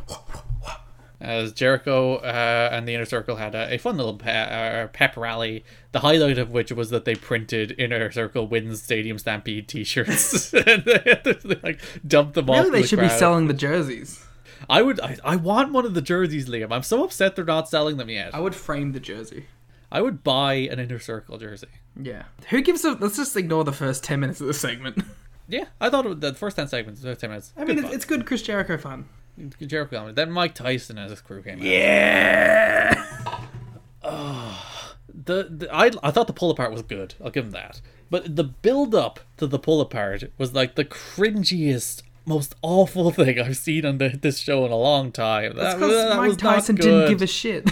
Speaker 3: as Jericho uh, and the Inner Circle had a, a fun little pe- uh, pep rally. The highlight of which was that they printed Inner Circle wins Stadium Stampede T-shirts and they, they, like dumped them off.
Speaker 4: Really,
Speaker 3: to
Speaker 4: they
Speaker 3: the
Speaker 4: should be
Speaker 3: crowd.
Speaker 4: selling the jerseys.
Speaker 3: I would. I, I want one of the jerseys, Liam. I'm so upset they're not selling them yet.
Speaker 4: I would frame the jersey.
Speaker 3: I would buy an Inner Circle jersey.
Speaker 4: Yeah. Who gives a? Let's just ignore the first ten minutes of the segment.
Speaker 3: Yeah, I thought it, the first ten segments, the first ten minutes.
Speaker 4: I mean,
Speaker 3: good
Speaker 4: it's,
Speaker 3: fun.
Speaker 4: it's good Chris Jericho fun.
Speaker 3: Jericho comedy. Then Mike Tyson as his crew came out.
Speaker 4: Yeah.
Speaker 3: The, the I I thought the pull apart was good. I'll give him that. But the build up to the pull apart was like the cringiest, most awful thing I've seen on the, this show in a long time. That,
Speaker 4: Because
Speaker 3: that
Speaker 4: Mike
Speaker 3: was not
Speaker 4: Tyson didn't
Speaker 3: good.
Speaker 4: give a shit.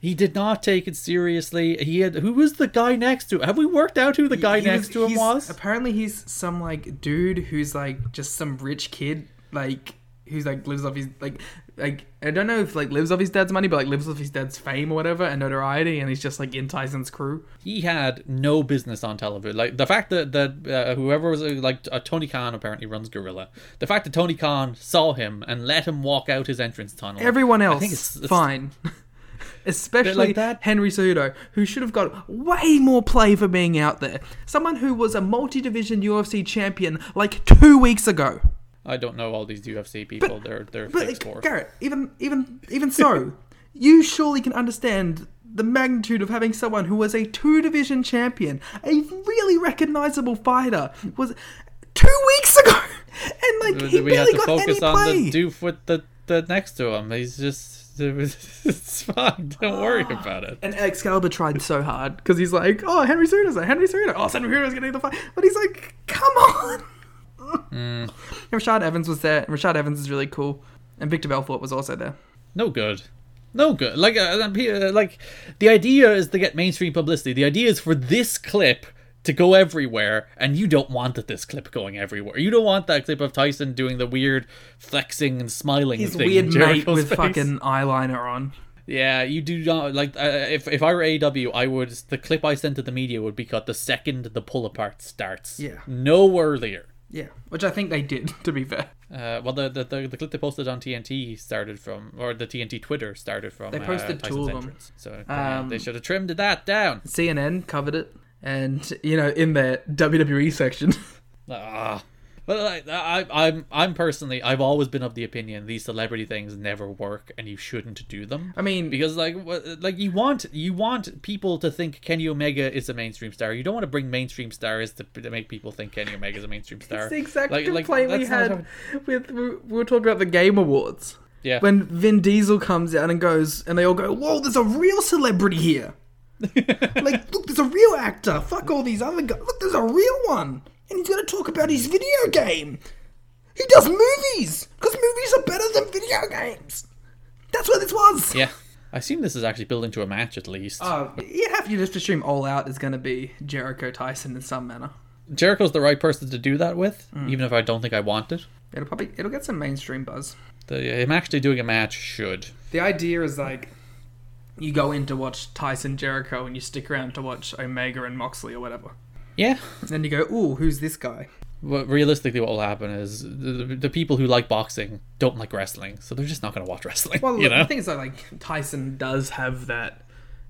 Speaker 3: He did not take it seriously. He had who was the guy next to? Have we worked out who the guy
Speaker 4: He
Speaker 3: next to him
Speaker 4: he's-
Speaker 3: was?
Speaker 4: Apparently, he's some like dude who's like just some rich kid, like who's like lives off his like like I don't know if like lives off his dad's money, but like lives off his dad's fame or whatever and notoriety, and he's just like in Tyson's crew.
Speaker 3: he had no business on television. Like the fact that that uh, whoever was uh, like uh, Tony Khan apparently runs Gorilla. The fact that Tony Khan saw him and let him walk out his entrance tunnel.
Speaker 4: Everyone
Speaker 3: I
Speaker 4: else,
Speaker 3: think it's- it's-
Speaker 4: fine. Especially
Speaker 3: that.
Speaker 4: Henry Cejudo, who should have got way more play for being out there. Someone who was a multi-division UFC champion like two weeks ago.
Speaker 3: I don't know all these UFC people. they're they're
Speaker 4: But
Speaker 3: fake
Speaker 4: like,
Speaker 3: sport.
Speaker 4: Garrett, even even even so, you surely can understand the magnitude of having someone who was a two division champion, a really recognizable fighter, was two weeks ago, and like he
Speaker 3: we have
Speaker 4: barely
Speaker 3: to
Speaker 4: got any
Speaker 3: focus on
Speaker 4: play.
Speaker 3: the doof with the, the next to him. He's just it's fine. Don't worry about it.
Speaker 4: and Excalibur tried so hard because he's like, oh, Henry Cejudo's there, Henry Cejudo, oh, Henry Cejudo's gonna do the fight, but he's like, come on. Mm. And Rashad Evans was there. and Rashad Evans is really cool, and Victor Belfort was also there.
Speaker 3: no good no good like uh, um, he- uh, like the idea is to get mainstream publicity the idea is for this clip to go everywhere and you don't want that this clip going everywhere you don't want that clip of tyson doing the weird flexing and smiling
Speaker 4: His
Speaker 3: thing in
Speaker 4: weird mate
Speaker 3: Jericho's
Speaker 4: with
Speaker 3: face.
Speaker 4: fucking eyeliner on.
Speaker 3: yeah you do not like uh, if, if i were aw i would the clip i sent to the media would be cut the second the pull apart starts
Speaker 4: Yeah.
Speaker 3: no earlier
Speaker 4: Yeah, which I think they did, to be fair.
Speaker 3: uh, well, the, the the the clip they posted on TNT started from, or the TNT Twitter started from.
Speaker 4: They posted
Speaker 3: uh,
Speaker 4: two
Speaker 3: Tyson's
Speaker 4: of Um, 'em.
Speaker 3: entrance. so yeah, they should have trimmed that down.
Speaker 4: CNN covered it, and you know, in their WWE section.
Speaker 3: Ah. But like, I, I'm, I'm personally, I've always been of the opinion these celebrity things never work, and you shouldn't do them.
Speaker 4: I mean-
Speaker 3: because like, wh- like you want, you want people to think Kenny Omega is a mainstream star. You don't want to bring mainstream stars to, to make people think Kenny Omega is a mainstream star.
Speaker 4: It's the exact
Speaker 3: Like- like,
Speaker 4: complaint we
Speaker 3: that's not
Speaker 4: had with we we were talking about the Game Awards.
Speaker 3: Yeah.
Speaker 4: When Vin Diesel comes out and goes, and they all go, "Whoa, there's a real celebrity here! like, look, there's a real actor. Fuck all these other guys. Look, there's a real one, and he's gonna talk about his video game. He does movies because movies are better than video games. That's what this was.
Speaker 3: yeah. I assume this is actually building to a match at least.
Speaker 4: Oh, You have to just assume All Out is going to be Jericho Tyson in some manner.
Speaker 3: Jericho's the right person to do that with,
Speaker 4: Mm.
Speaker 3: even if I don't think I want it.
Speaker 4: It'll probably it'll get some mainstream buzz.
Speaker 3: The, him actually doing a match should.
Speaker 4: The idea is like you go in to watch Tyson Jericho and you stick around to watch Omega and Moxley or whatever.
Speaker 3: Yeah.
Speaker 4: And then you go, "Ooh, who's this guy?"
Speaker 3: But realistically, what will happen is the, the, the people who like boxing don't like wrestling, so they're just not going to watch wrestling.
Speaker 4: Well,
Speaker 3: you
Speaker 4: look,
Speaker 3: know?
Speaker 4: the thing is that like Tyson does have that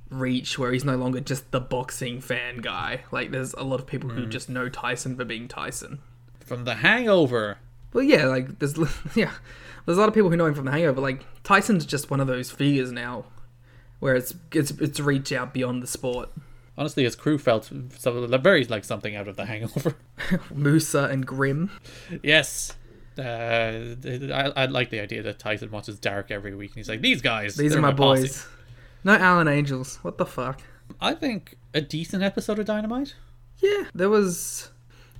Speaker 4: reach where he's no longer just the boxing fan guy. Like there's a lot of people
Speaker 3: Hmm.
Speaker 4: who just know Tyson for being Tyson.
Speaker 3: From The Hangover,
Speaker 4: Well, yeah, like there's yeah, there's a lot of people who know him from The Hangover. Like Tyson's just one of those figures now, where it's it's it's reach out beyond the sport.
Speaker 3: honestly, his crew felt some, very like something out of The Hangover.
Speaker 4: Musa and Grimm.
Speaker 3: yes. Uh, I, I like the idea that Tyson watches Dark every week, and he's like, "These guys,
Speaker 4: These
Speaker 3: they're
Speaker 4: are my
Speaker 3: posse."
Speaker 4: boys. No Allen Angels. What the fuck?
Speaker 3: I think a decent episode of Dynamite.
Speaker 4: Yeah, there was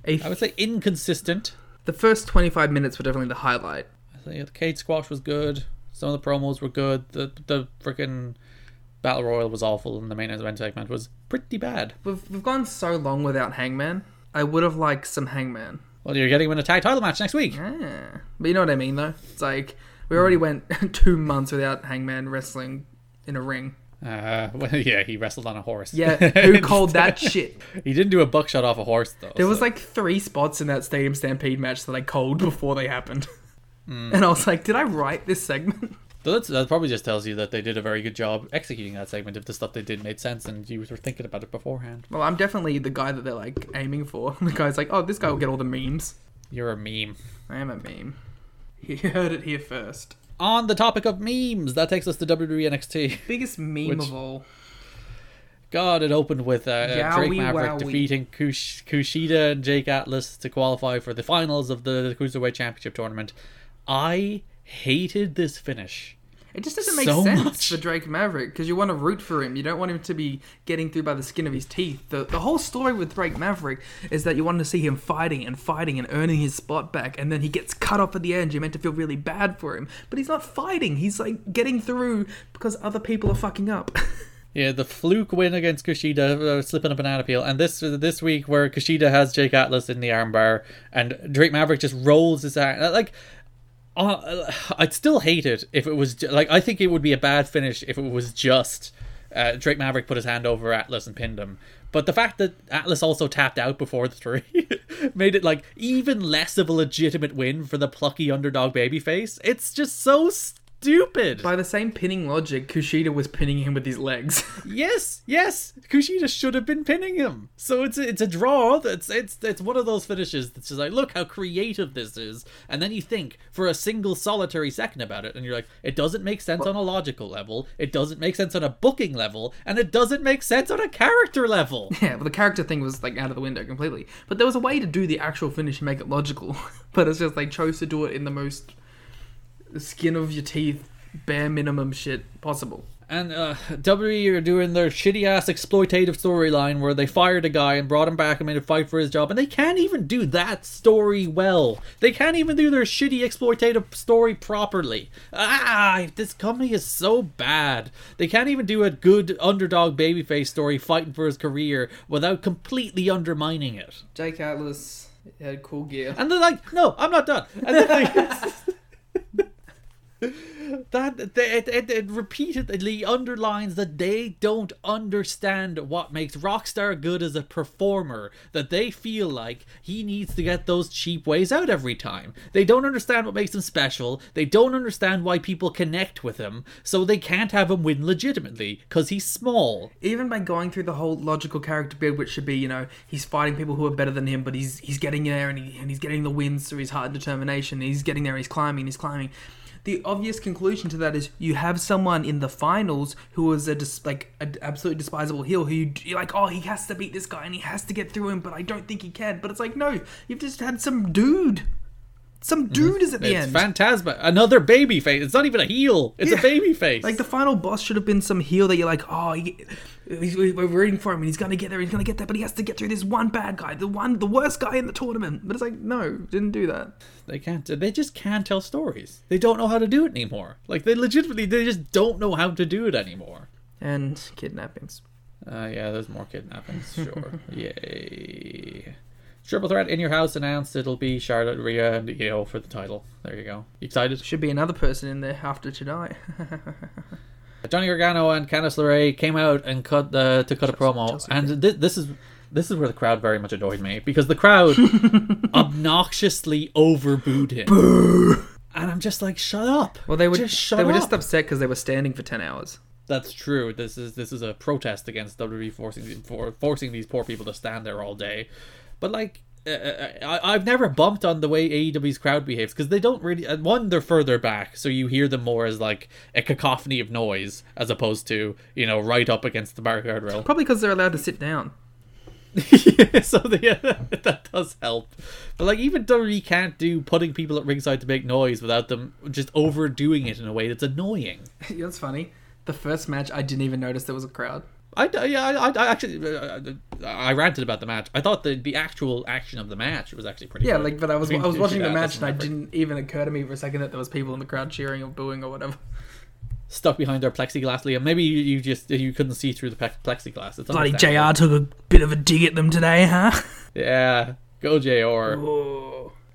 Speaker 4: a
Speaker 3: I would say inconsistent.
Speaker 4: the first 25 minutes were definitely the highlight.
Speaker 3: I think the Cade Squash was good. Some of the promos were good. The the freaking Battle Royal was awful, and the main event segment was pretty bad.
Speaker 4: We've we've gone so long without Hangman. I would have liked some Hangman.
Speaker 3: Well, you're getting him in a tag title match next week.
Speaker 4: Yeah. But you know what I mean though. It's like we already went 2 months without Hangman wrestling in a ring.
Speaker 3: Uh, well, yeah, he wrestled on a horse.
Speaker 4: Yeah, who called that shit?
Speaker 3: He didn't do a buckshot off a horse though.
Speaker 4: There was like three spots in that Stadium Stampede match that I called before they happened. And I was like, did I write this segment?
Speaker 3: that's, that probably just tells you that they did a very good job executing that segment. If the stuff they did made sense and you were thinking about it beforehand,
Speaker 4: Well, I'm definitely the guy that they're like aiming for. The guy's like, oh, this guy will get all the memes.
Speaker 3: you're a meme.
Speaker 4: I am a meme. You heard it here first.
Speaker 3: On the topic of memes, that takes us to E WWE NXT.
Speaker 4: Biggest meme
Speaker 3: Which-
Speaker 4: of all.
Speaker 3: God, it opened with uh, Drake
Speaker 4: Yowie
Speaker 3: Maverick
Speaker 4: wowie.
Speaker 3: defeating Kush- Kushida and Jake Atlas to qualify for the finals of the Cruiserweight Championship tournament. I hated this finish.
Speaker 4: It just doesn't make
Speaker 3: So
Speaker 4: sense
Speaker 3: much.
Speaker 4: for Drake Maverick because you want to root for him. You don't want him to be getting through by the skin of his teeth. The, the whole story with Drake Maverick is that you want to see him fighting and fighting and earning his spot back, and then he gets cut off at the end. You're meant to feel really bad for him, but he's not fighting. He's like getting through because other people are fucking up.
Speaker 3: Yeah, the fluke win against Kushida, uh, slipping a banana peel, and this this week where Kushida has Jake Atlas in the armbar, and Drake Maverick just rolls his arm like. Uh, I'd still hate it if it was ju- like I think it would be a bad finish if it was just uh, Drake Maverick put his hand over Atlas and pinned him. But the fact that Atlas also tapped out before the three made it like even less of a legitimate win for the plucky underdog babyface. It's just so stupid.
Speaker 4: by the same pinning logic, Kushida was pinning him with his legs.
Speaker 3: Yes, yes, Kushida should have been pinning him. So it's a, it's a draw. That's it's it's one of those finishes that's just like, look how creative this is, and then you think for a single solitary second about it, and you're like, it doesn't make sense on a logical level, it doesn't make sense on a booking level, and it doesn't make sense on a character level.
Speaker 4: yeah, well, the character thing was like out of the window completely. But there was a way to do the actual finish and make it logical. but it's just they chose to do it in the most skin of your teeth, bare minimum shit possible.
Speaker 3: And uh, WWE are doing their shitty ass exploitative storyline where they fired a guy and brought him back and made him fight for his job, and they can't even do that story well. They can't even do their shitty exploitative story properly. Ah, this company is so bad. They can't even do a good underdog babyface story fighting for his career without completely undermining it.
Speaker 4: Jake Atlas had cool gear.
Speaker 3: And they're like, no, I'm not done. And then they- that they, it, it, it repeatedly underlines that they don't understand what makes Rockstar good as a performer. That they feel like he needs to get those cheap ways out every time. They don't understand what makes him special. They don't understand why people connect with him. So they can't have him win legitimately because he's small.
Speaker 4: Even by going through the whole logical character build, which should be, you know, he's fighting people who are better than him, but he's he's getting there and, he, and he's getting the wins through his hard determination. He's getting there, he's climbing, he's climbing. The obvious conclusion to that is you have someone in the finals who is a dis- like an absolutely despisable heel who you, you're like, oh, he has to beat this guy and he has to get through him, but I don't think he can. But it's like, no, you've just had some dude. Some dude is at the
Speaker 3: It's
Speaker 4: end.
Speaker 3: Phantasma, another baby face. It's not even a heel. It's a
Speaker 4: Yeah.
Speaker 3: baby face.
Speaker 4: Like the final boss should have been some heel that you're like, oh, he, he's, we're rooting for him and he's gonna get there, he's gonna get there, but he has to get through this one bad guy, the one, the worst guy in the tournament. But it's like, no, didn't do that.
Speaker 3: They can't. They just can't tell stories. They don't know how to do it anymore. Like they legitimately, they just don't know how to do it anymore.
Speaker 4: And kidnappings.
Speaker 3: Uh, yeah, there's more kidnappings. Sure. Yay. Triple Threat in your house announced it'll be Charlotte, Rhea, and Io for the title. There you go. You excited?
Speaker 4: Should be another person in there after tonight.
Speaker 3: Johnny Gargano and Candice LeRae came out and cut the to cut a promo,
Speaker 4: Chelsea
Speaker 3: and th- this is this is where the crowd very much annoyed me because the crowd obnoxiously overbooed him. And I'm just like, shut up.
Speaker 4: well, they were
Speaker 3: just shut
Speaker 4: they were
Speaker 3: up.
Speaker 4: just upset because they were standing for ten hours.
Speaker 3: That's true. This is this is a protest against WWE forcing the- for forcing these poor people to stand there all day. But like, uh, uh, I, I've never bumped on the way AEW's crowd behaves because they don't really. uh, One, they're further back, so you hear them more as like a cacophony of noise as opposed to you know right up against the bar guardrail.
Speaker 4: Probably because they're allowed to sit down.
Speaker 3: so the, that does help. But like, even WWE can't do putting people at ringside to make noise without them just overdoing it in a way that's annoying.
Speaker 4: That's funny. The first match, I didn't even notice there was a crowd.
Speaker 3: I, I- yeah, I, I- I actually uh, I ranted about the match. I thought the the actual action of the match was actually pretty.
Speaker 4: Yeah,
Speaker 3: good.
Speaker 4: like, but I was
Speaker 3: mean,
Speaker 4: I was
Speaker 3: she-
Speaker 4: watching the
Speaker 3: uh,
Speaker 4: match and I
Speaker 3: that's an effort.
Speaker 4: didn't even occur to me for a second that there was people in the crowd cheering or booing or whatever.
Speaker 3: stuck behind our plexiglass, Liam. Maybe you, you just you couldn't see through the pe- plexiglass. It's
Speaker 4: Bloody
Speaker 3: understandable.
Speaker 4: JR took a bit of a dig at them today, huh?
Speaker 3: Yeah, go Jr.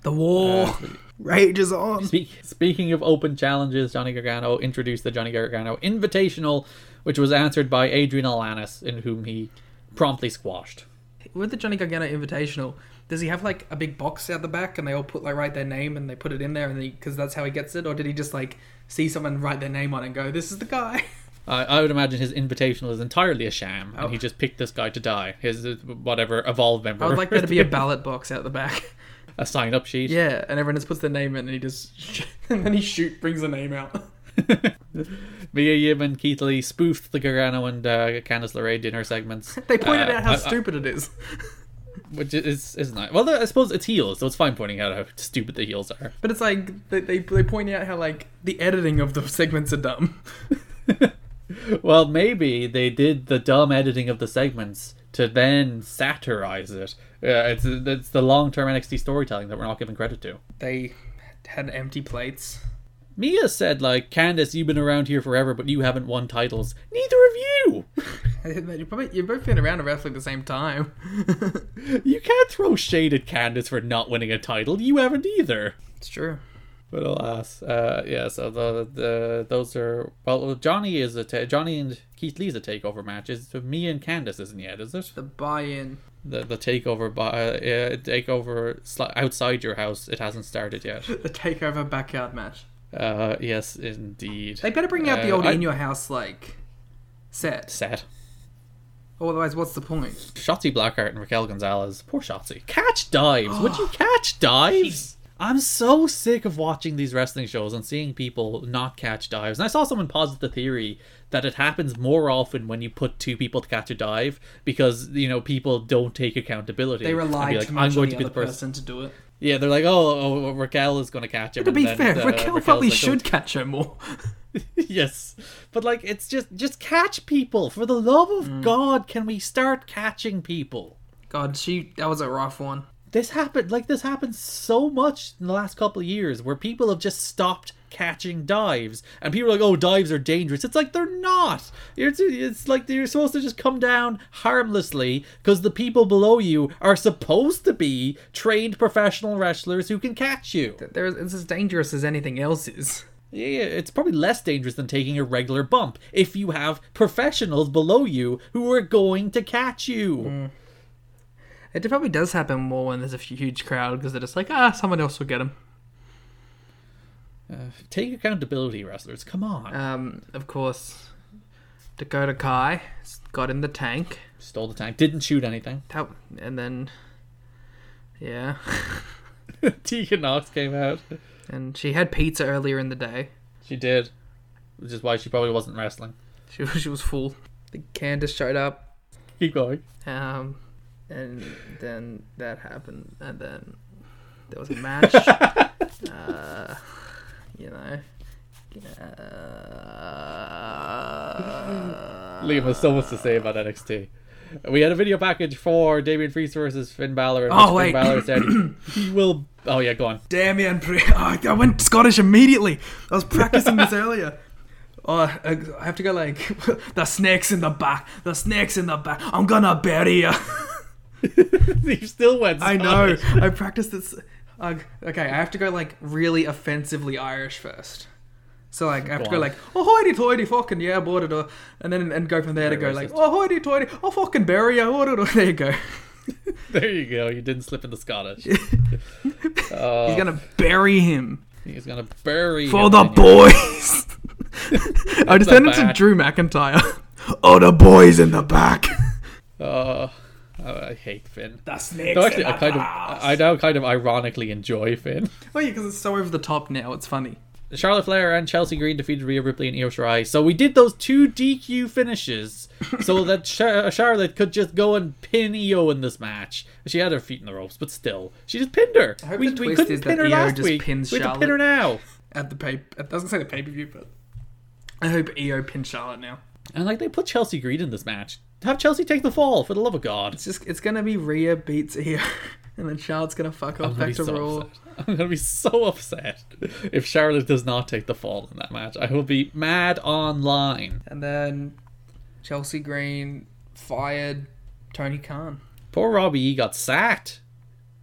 Speaker 4: The war
Speaker 5: Rage is on.
Speaker 3: Speak, speaking of open challenges, Johnny Gargano introduced the Johnny Gargano Invitational, which was answered by Adrian Alanis, in whom he promptly squashed.
Speaker 4: with the Johnny Gargano Invitational. Does he have like a big box out the back and they all put like write their name and they put it in there and because that's how he gets it, or did he just like see someone write their name on it and go, "This is the guy"?
Speaker 3: I I would imagine his invitational is entirely a sham,
Speaker 4: Oh.
Speaker 3: and he just picked this guy to die. His uh, whatever evolved member.
Speaker 4: I would like there to be a ballot box out the back.
Speaker 3: a sign-up sheet.
Speaker 4: Yeah, and everyone just puts their name in and he just and then he shoot brings the name out.
Speaker 3: Mia Yim and Keith Lee spoofed the Gargano and uh, Candice LeRae dinner segments.
Speaker 4: They pointed
Speaker 3: Uh,
Speaker 4: out how
Speaker 3: I- I-
Speaker 4: stupid it is.
Speaker 3: which is is nice. Well, I suppose it's heels, so it's fine pointing out how stupid the heels are.
Speaker 4: But it's like they, they they point out how like the editing of the segments are dumb.
Speaker 3: Well, maybe they did the dumb editing of the segments to then satirize it. Yeah, it's it's the long term NXT storytelling that we're not giving credit to.
Speaker 4: They had empty plates.
Speaker 3: Mia said, like, Candice, you've been around here forever, but you haven't won titles. Neither of you!
Speaker 4: You probably you both been around and wrestling at the same time.
Speaker 3: You can't throw shade at Candice for not winning a title. You haven't either.
Speaker 4: it's true.
Speaker 3: But alas, uh, yeah. So the, the those are well. Johnny is a ta- Johnny and Keith Lee's a takeover match. Is me and Candice isn't yet, is it?
Speaker 4: The buy-in.
Speaker 3: The the takeover by uh, yeah, takeover sli- outside your house. It hasn't started yet.
Speaker 4: The takeover backyard match.
Speaker 3: Uh, yes, indeed.
Speaker 4: They better bring out the
Speaker 3: Uh,
Speaker 4: old
Speaker 3: I-
Speaker 4: in your house like set.
Speaker 3: Set.
Speaker 4: Otherwise, what's the point?
Speaker 3: Shotzi Blackheart and Raquel Gonzalez. Poor Shotzi. Catch dives. Would you catch dives? I'm so sick of watching these wrestling shows and seeing people not catch dives. And I saw someone posit the theory that it happens more often when you put two people to catch a dive because you know people don't take accountability.
Speaker 4: They
Speaker 3: and be
Speaker 4: rely
Speaker 3: like,
Speaker 4: too much
Speaker 3: I'm
Speaker 4: on
Speaker 3: going
Speaker 4: the
Speaker 3: to be the
Speaker 4: other
Speaker 3: person.
Speaker 4: person. to do it.
Speaker 3: Yeah, they're like, oh, oh Raquel is going to catch him.
Speaker 4: To
Speaker 3: and
Speaker 4: be
Speaker 3: then,
Speaker 4: fair,
Speaker 3: uh,
Speaker 4: Raquel
Speaker 3: Raquel's
Speaker 4: probably
Speaker 3: like, "Oh,
Speaker 4: should catch her more.
Speaker 3: yes but like it's just just catch people for the love of
Speaker 4: Mm.
Speaker 3: god can we start catching people
Speaker 4: God, she that was a rough one.
Speaker 3: this happened like this happened so much in the last couple of years where people have just stopped catching dives and people are like oh dives are dangerous it's like they're not it's, it's like you're supposed to just come down harmlessly because the people below you are supposed to be trained professional wrestlers who can catch you
Speaker 4: There is, it's as dangerous as anything else is.
Speaker 3: yeah, yeah, it's probably less dangerous than taking a regular bump if you have professionals below you who are going to catch you.
Speaker 4: It probably does happen more when there's a huge crowd because they're just like, ah, someone else will get him.
Speaker 3: Take accountability, wrestlers. Come on.
Speaker 4: Um, of course, Dakota Kai got in the tank.
Speaker 3: Stole the tank. Didn't shoot anything.
Speaker 4: That, and then, yeah,
Speaker 3: Tegan Knox came out.
Speaker 4: and she had pizza earlier in the day.
Speaker 3: She did, which is why she probably wasn't wrestling.
Speaker 4: She was, she was full. Candace showed up,
Speaker 3: Keep going.
Speaker 4: um, and then that happened, and then there was a match. uh, you know. Uh,
Speaker 3: Liam has so much to say about NXT. We had a video package for Damian Priest versus Finn Balor. in
Speaker 4: Oh,
Speaker 3: which Finn
Speaker 4: wait.
Speaker 3: Balor said he will. Oh yeah, go on.
Speaker 4: Damien Pri- oh, I went Scottish immediately. I was practicing this earlier. Oh, I I have to go like the snakes in the back. The snakes in the back. I'm gonna bury you.
Speaker 3: he still went.
Speaker 4: I know.
Speaker 3: Scottish.
Speaker 4: I practiced this. Uh, okay, I have to go like really offensively Irish first. So like I have to
Speaker 3: Go
Speaker 4: go
Speaker 3: on.
Speaker 4: like oh hoity toity fucking yeah border door and then and go from there to
Speaker 3: Very
Speaker 4: go like
Speaker 3: racist.
Speaker 4: oh hoity toity oh fucking bury ya border door there you go
Speaker 3: There you go. You didn't slip into Scottish.
Speaker 4: he's gonna bury him
Speaker 3: He's gonna bury
Speaker 4: for
Speaker 3: him
Speaker 4: the
Speaker 3: in your-
Speaker 4: boys I just
Speaker 3: not
Speaker 4: turned into
Speaker 3: bad.
Speaker 4: Drew McIntyre oh the boys in the back
Speaker 3: Oh, oh, I hate Finn.
Speaker 4: the snakes
Speaker 3: No, actually,
Speaker 4: in the
Speaker 3: I kind of,
Speaker 4: back.
Speaker 3: I now kind of ironically enjoy Finn.
Speaker 4: oh yeah because it's so over the top now it's funny
Speaker 3: Charlotte Flair and Chelsea Green defeated Rhea Ripley and Io Shirai. So we did those two DQ finishes so that Char- Charlotte could just go and pin Io in this match. She had her feet in the ropes, but still, she just pinned her.
Speaker 4: hope
Speaker 3: we
Speaker 4: the
Speaker 3: we
Speaker 4: twist
Speaker 3: couldn't
Speaker 4: is
Speaker 3: pin
Speaker 4: that
Speaker 3: her
Speaker 4: Io
Speaker 3: last
Speaker 4: just
Speaker 3: week.
Speaker 4: pins
Speaker 3: we have to pin her now.
Speaker 4: at the pay it doesn't say the pay per view but I hope EO pin Charlotte now
Speaker 3: And like they put Chelsea Green in this match have Chelsea take the fall for the love of God.
Speaker 4: It's just it's gonna be Rhea beats Io, and then Charlotte's gonna fuck
Speaker 3: I'm
Speaker 4: off
Speaker 3: gonna be
Speaker 4: back to
Speaker 3: so
Speaker 4: Raw.
Speaker 3: upset. I'm gonna be so upset if Charlotte does not take the fall in that match. I will be mad online.
Speaker 4: And then Chelsea Green fired Tony Khan.
Speaker 3: Poor Robbie E got sacked.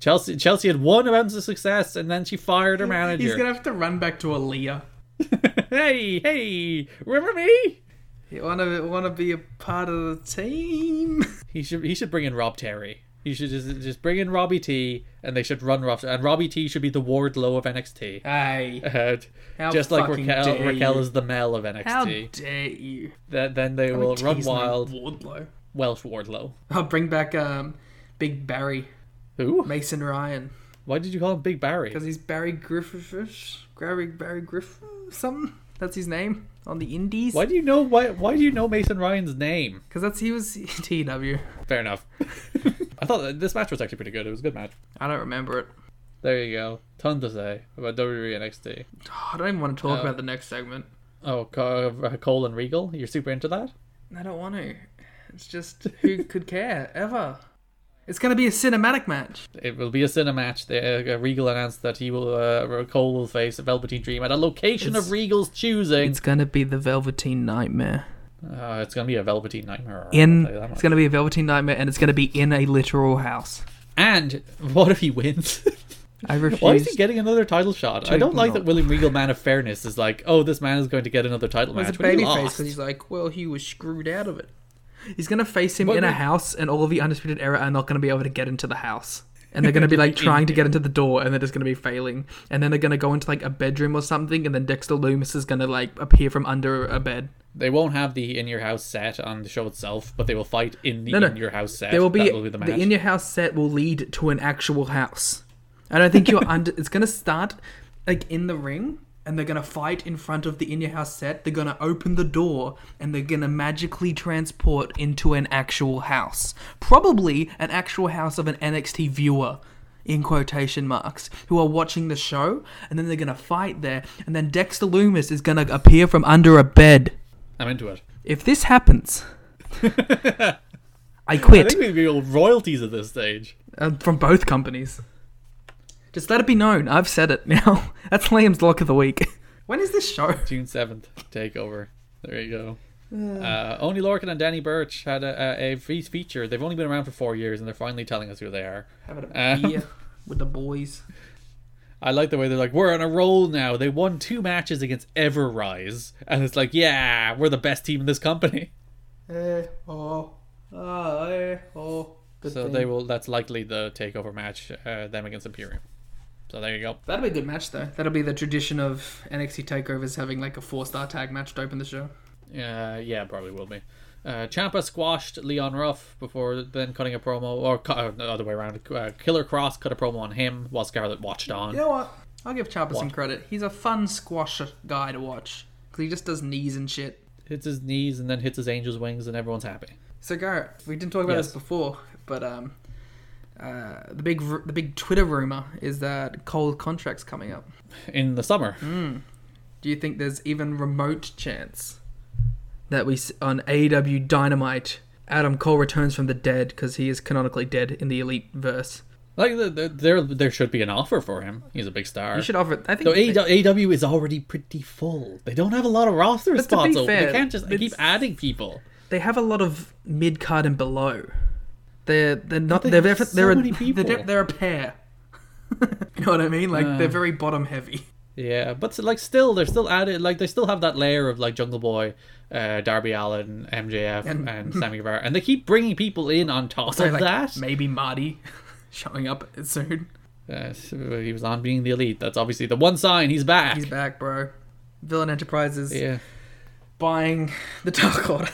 Speaker 3: Chelsea Chelsea had one ounce of success and then she fired her manager.
Speaker 4: He's gonna have to run back to Aaliyah.
Speaker 3: hey, hey, remember me?
Speaker 4: You wanna wanna be a part of the team?
Speaker 3: He should he should bring in Rob Terry. He should just just bring in Robbie T and they should run Rob and Robbie T should be the Wardlow of NXT.
Speaker 4: Hey,
Speaker 3: Uh,
Speaker 4: How
Speaker 3: just like
Speaker 4: fucking
Speaker 3: Raquel,
Speaker 4: dare
Speaker 3: Raquel
Speaker 4: you.
Speaker 3: is the Mel of
Speaker 4: how
Speaker 3: NXT.
Speaker 4: dare you?
Speaker 3: Th- then they will run
Speaker 4: Tease my
Speaker 3: wild.
Speaker 4: Wardlow.
Speaker 3: Welsh Wardlow.
Speaker 4: I'll bring back um, Big Barry
Speaker 3: Who?
Speaker 4: Mason Ryan
Speaker 3: Why did you call him Big Barry?
Speaker 4: because he's Barry Griffith, Barry Barry Griff something. That's his name on the Indies.
Speaker 3: Why do you know why why do you know Mason Ryan's name?
Speaker 4: Because that's he was TW.
Speaker 3: Fair enough. I thought that this match was actually pretty good. It was a good match.
Speaker 4: I don't remember it.
Speaker 3: There you go. Ton to say about E WWE NXT.
Speaker 4: Oh, I don't even want to talk
Speaker 3: Oh.
Speaker 4: about the next segment.
Speaker 3: Oh, Co- uh, Cole and Regal, you're super into that.
Speaker 4: I don't want to. It's just who could care ever. It's gonna be a cinematic match.
Speaker 3: It will be a cinema match. The, uh, Regal announced that he will uh, Cole will face Velveteen Dream at a location of
Speaker 4: It's-
Speaker 3: Regal's choosing.
Speaker 4: It's gonna be the Velveteen Nightmare.
Speaker 3: Uh, it's gonna be a Velveteen Nightmare. I'll
Speaker 4: In
Speaker 3: tell you that
Speaker 4: it's
Speaker 3: much.
Speaker 4: gonna be a Velveteen Nightmare, and it's gonna be in a literal house.
Speaker 3: And what if he wins?
Speaker 4: I refuse.
Speaker 3: Why is he getting another title shot? I don't like
Speaker 4: not.
Speaker 3: that William Regal, man of fairness, is like, oh, this man is going to get another title
Speaker 4: He's
Speaker 3: match.
Speaker 4: a
Speaker 3: when he
Speaker 4: babyface
Speaker 3: lost.
Speaker 4: because he's like, well, he was screwed out of it. He's gonna face him
Speaker 3: What
Speaker 4: in a
Speaker 3: would-
Speaker 4: house, and all of the Undisputed Era are not gonna be able to get into the house. And they're gonna be like trying to get into the door, and they're just gonna be failing. And then they're gonna go into like a bedroom or something, and then Dexter Loomis is gonna like appear from under a bed.
Speaker 3: They won't have the in your house set on the show itself, but they will fight in the
Speaker 4: No, no.
Speaker 3: in your house set.
Speaker 4: There will be,
Speaker 3: that will be
Speaker 4: the,
Speaker 3: the match.
Speaker 4: in your house set will lead to an actual house. And I think you're under. It's gonna start like in the ring, and they're gonna fight in front of the in your house set. They're gonna open the door, and they're gonna magically transport into an actual house, probably an actual house of an NXT viewer. In quotation marks, who are watching the show, and then they're gonna fight there, and then Dexter Loomis is gonna appear from under a bed.
Speaker 3: I'm into it.
Speaker 4: If this happens, I
Speaker 3: I
Speaker 4: quit.
Speaker 3: think we'd be all royalties at this stage.
Speaker 4: uh, from both companies. Just let it be known. I've said it now. That's Liam's lock of the week. When is this show?
Speaker 3: June seventh, takeover. There you go. Uh, Oni Lorcan and Danny Birch had a, a, a fe- feature. They've only been around for four years, and they're finally telling us who they are.
Speaker 4: Having
Speaker 3: Uh.
Speaker 4: a beer with the boys.
Speaker 3: I like the way they're like, we're on a roll now. They won two matches against Everrise, and it's like, yeah, we're the best team in this company.
Speaker 4: Eh, oh, ah, eh, oh. Good
Speaker 3: So
Speaker 4: thing.
Speaker 3: they will. That's likely the takeover match. Uh, them against Imperium. So there you go.
Speaker 4: That'll be a good match though. That'll be the tradition of NXT takeovers having like a four-star tag match to open the show.
Speaker 3: Uh, yeah, probably will be. Uh, Champa squashed Leon Ruff before then cutting a promo, or cu- uh, the other way around. Uh, Killer Cross cut a promo on him while Scarlet watched on.
Speaker 4: You know what? I'll give Ciampa some credit. He's a fun squash guy to watch because he just does knees and shit.
Speaker 3: Hits his knees and then hits his angel's wings, and everyone's happy.
Speaker 4: So Garrett, we didn't talk about
Speaker 3: Yes.
Speaker 4: this before, but um, uh, the big r- the big Twitter rumor is that Cole contract's coming up.
Speaker 3: In the summer,
Speaker 4: Mm. Do you think there's even remote chance that we s- on AEW Dynamite Adam Cole returns from the dead because he is canonically dead in the Elite verse?
Speaker 3: like th- th- there, there should be an offer for him. He's a big star. E
Speaker 4: You should offer. I think.
Speaker 3: So
Speaker 4: they-
Speaker 3: AEW is already pretty full. They don't have a lot of roster
Speaker 4: But to
Speaker 3: spots.
Speaker 4: be
Speaker 3: open. they
Speaker 4: fair,
Speaker 3: can't just keep
Speaker 4: it's-
Speaker 3: adding people.
Speaker 4: they have a lot of mid card and below. They're they're not
Speaker 3: they
Speaker 4: they are
Speaker 3: have
Speaker 4: they're
Speaker 3: so
Speaker 4: they're,
Speaker 3: many
Speaker 4: a,
Speaker 3: people.
Speaker 4: they're they're a pair. you know what I mean? Like they're very bottom heavy.
Speaker 3: Yeah, but like still, they're still added. Like they still have that layer of like Jungle Boy, uh, Darby Allen, MJF, and,
Speaker 4: And-
Speaker 3: Sammy Guevara, and they keep bringing people in on top
Speaker 4: So
Speaker 3: of
Speaker 4: like
Speaker 3: that.
Speaker 4: maybe Marty showing up soon.
Speaker 3: Uh, so he was on being the elite. That's obviously the one sign he's back.
Speaker 4: He's back, bro. Villain Enterprises
Speaker 3: Yeah,
Speaker 4: buying the Dark Order.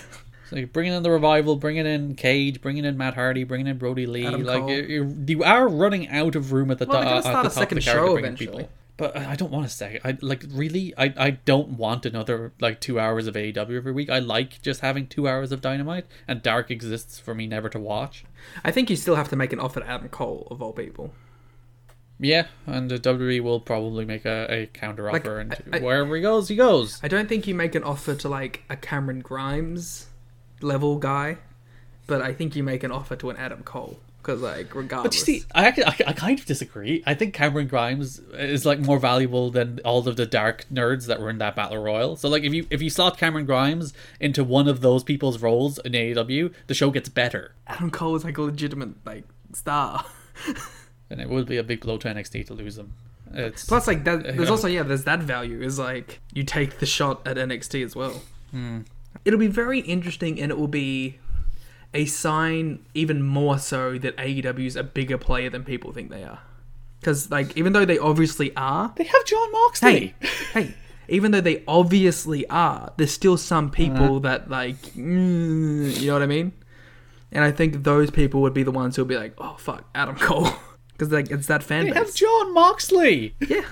Speaker 3: so you're bringing in the revival, bringing in Cage, bringing in Matt Hardy, bringing in Brody Lee.
Speaker 4: Adam
Speaker 3: like
Speaker 4: Cole.
Speaker 3: you're, you're, you are running out of room at the top.
Speaker 4: Well, they're gonna
Speaker 3: at the
Speaker 4: start a
Speaker 3: top of the card
Speaker 4: second
Speaker 3: to
Speaker 4: show
Speaker 3: bring in
Speaker 4: eventually.
Speaker 3: But I I don't want a second. I like really. I, I don't want another like two hours of AEW every week. I like just having two hours of Dynamite, and Dark exists for me never to watch.
Speaker 4: I think you still have to make an offer to Adam Cole of all people.
Speaker 3: Yeah, and uh, WWE will probably make a, a counter
Speaker 4: Like,
Speaker 3: offer, and
Speaker 4: I- I-
Speaker 3: wherever he goes, he goes.
Speaker 4: I don't think you make an offer to like a Cameron Grimes level guy. but I think you make an offer to an Adam Cole because, like, regardless,
Speaker 3: But you see, I actually, I, I kind of disagree. I think Cameron Grimes is like more valuable than all of the dark nerds that were in that battle royal. So like, if you if you slot Cameron Grimes into one of those people's roles in AEW, the show gets better,
Speaker 4: Adam Cole is like a legitimate like star.
Speaker 3: and it would be a big blow to NXT to lose him. It's
Speaker 4: Plus, like, that, there's also yeah, there's that value is like you take the shot at NXT as well.
Speaker 3: Hmm.
Speaker 4: It'll be very interesting, and it will be a sign even more so that AEW is a bigger player than people think they are. Because like, even though they obviously are,
Speaker 3: they have John Moxley.
Speaker 4: hey, hey, even though they obviously are, there's still some
Speaker 3: Uh-huh.
Speaker 4: people that like, mm, you know what I mean? And I think those people would be the ones who'll be like, oh fuck, Adam Cole, because like it's that fan
Speaker 3: They
Speaker 4: base.
Speaker 3: have John Moxley.
Speaker 4: yeah,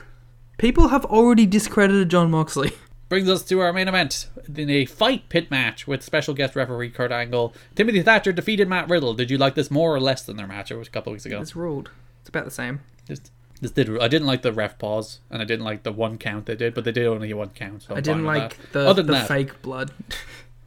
Speaker 4: people have already discredited John Moxley.
Speaker 3: Brings us to our main event in a fight pit match with special guest referee Kurt Angle. Timothy Thatcher defeated Matt Riddle. Did you like this more or less than their match it was a couple of weeks ago?
Speaker 4: It's ruled. It's about the same.
Speaker 3: This, this did. I didn't like the ref pause, and I didn't like the one count they did, but they did only one count. So
Speaker 4: I didn't like the,
Speaker 3: Other
Speaker 4: the
Speaker 3: than that,
Speaker 4: fake blood.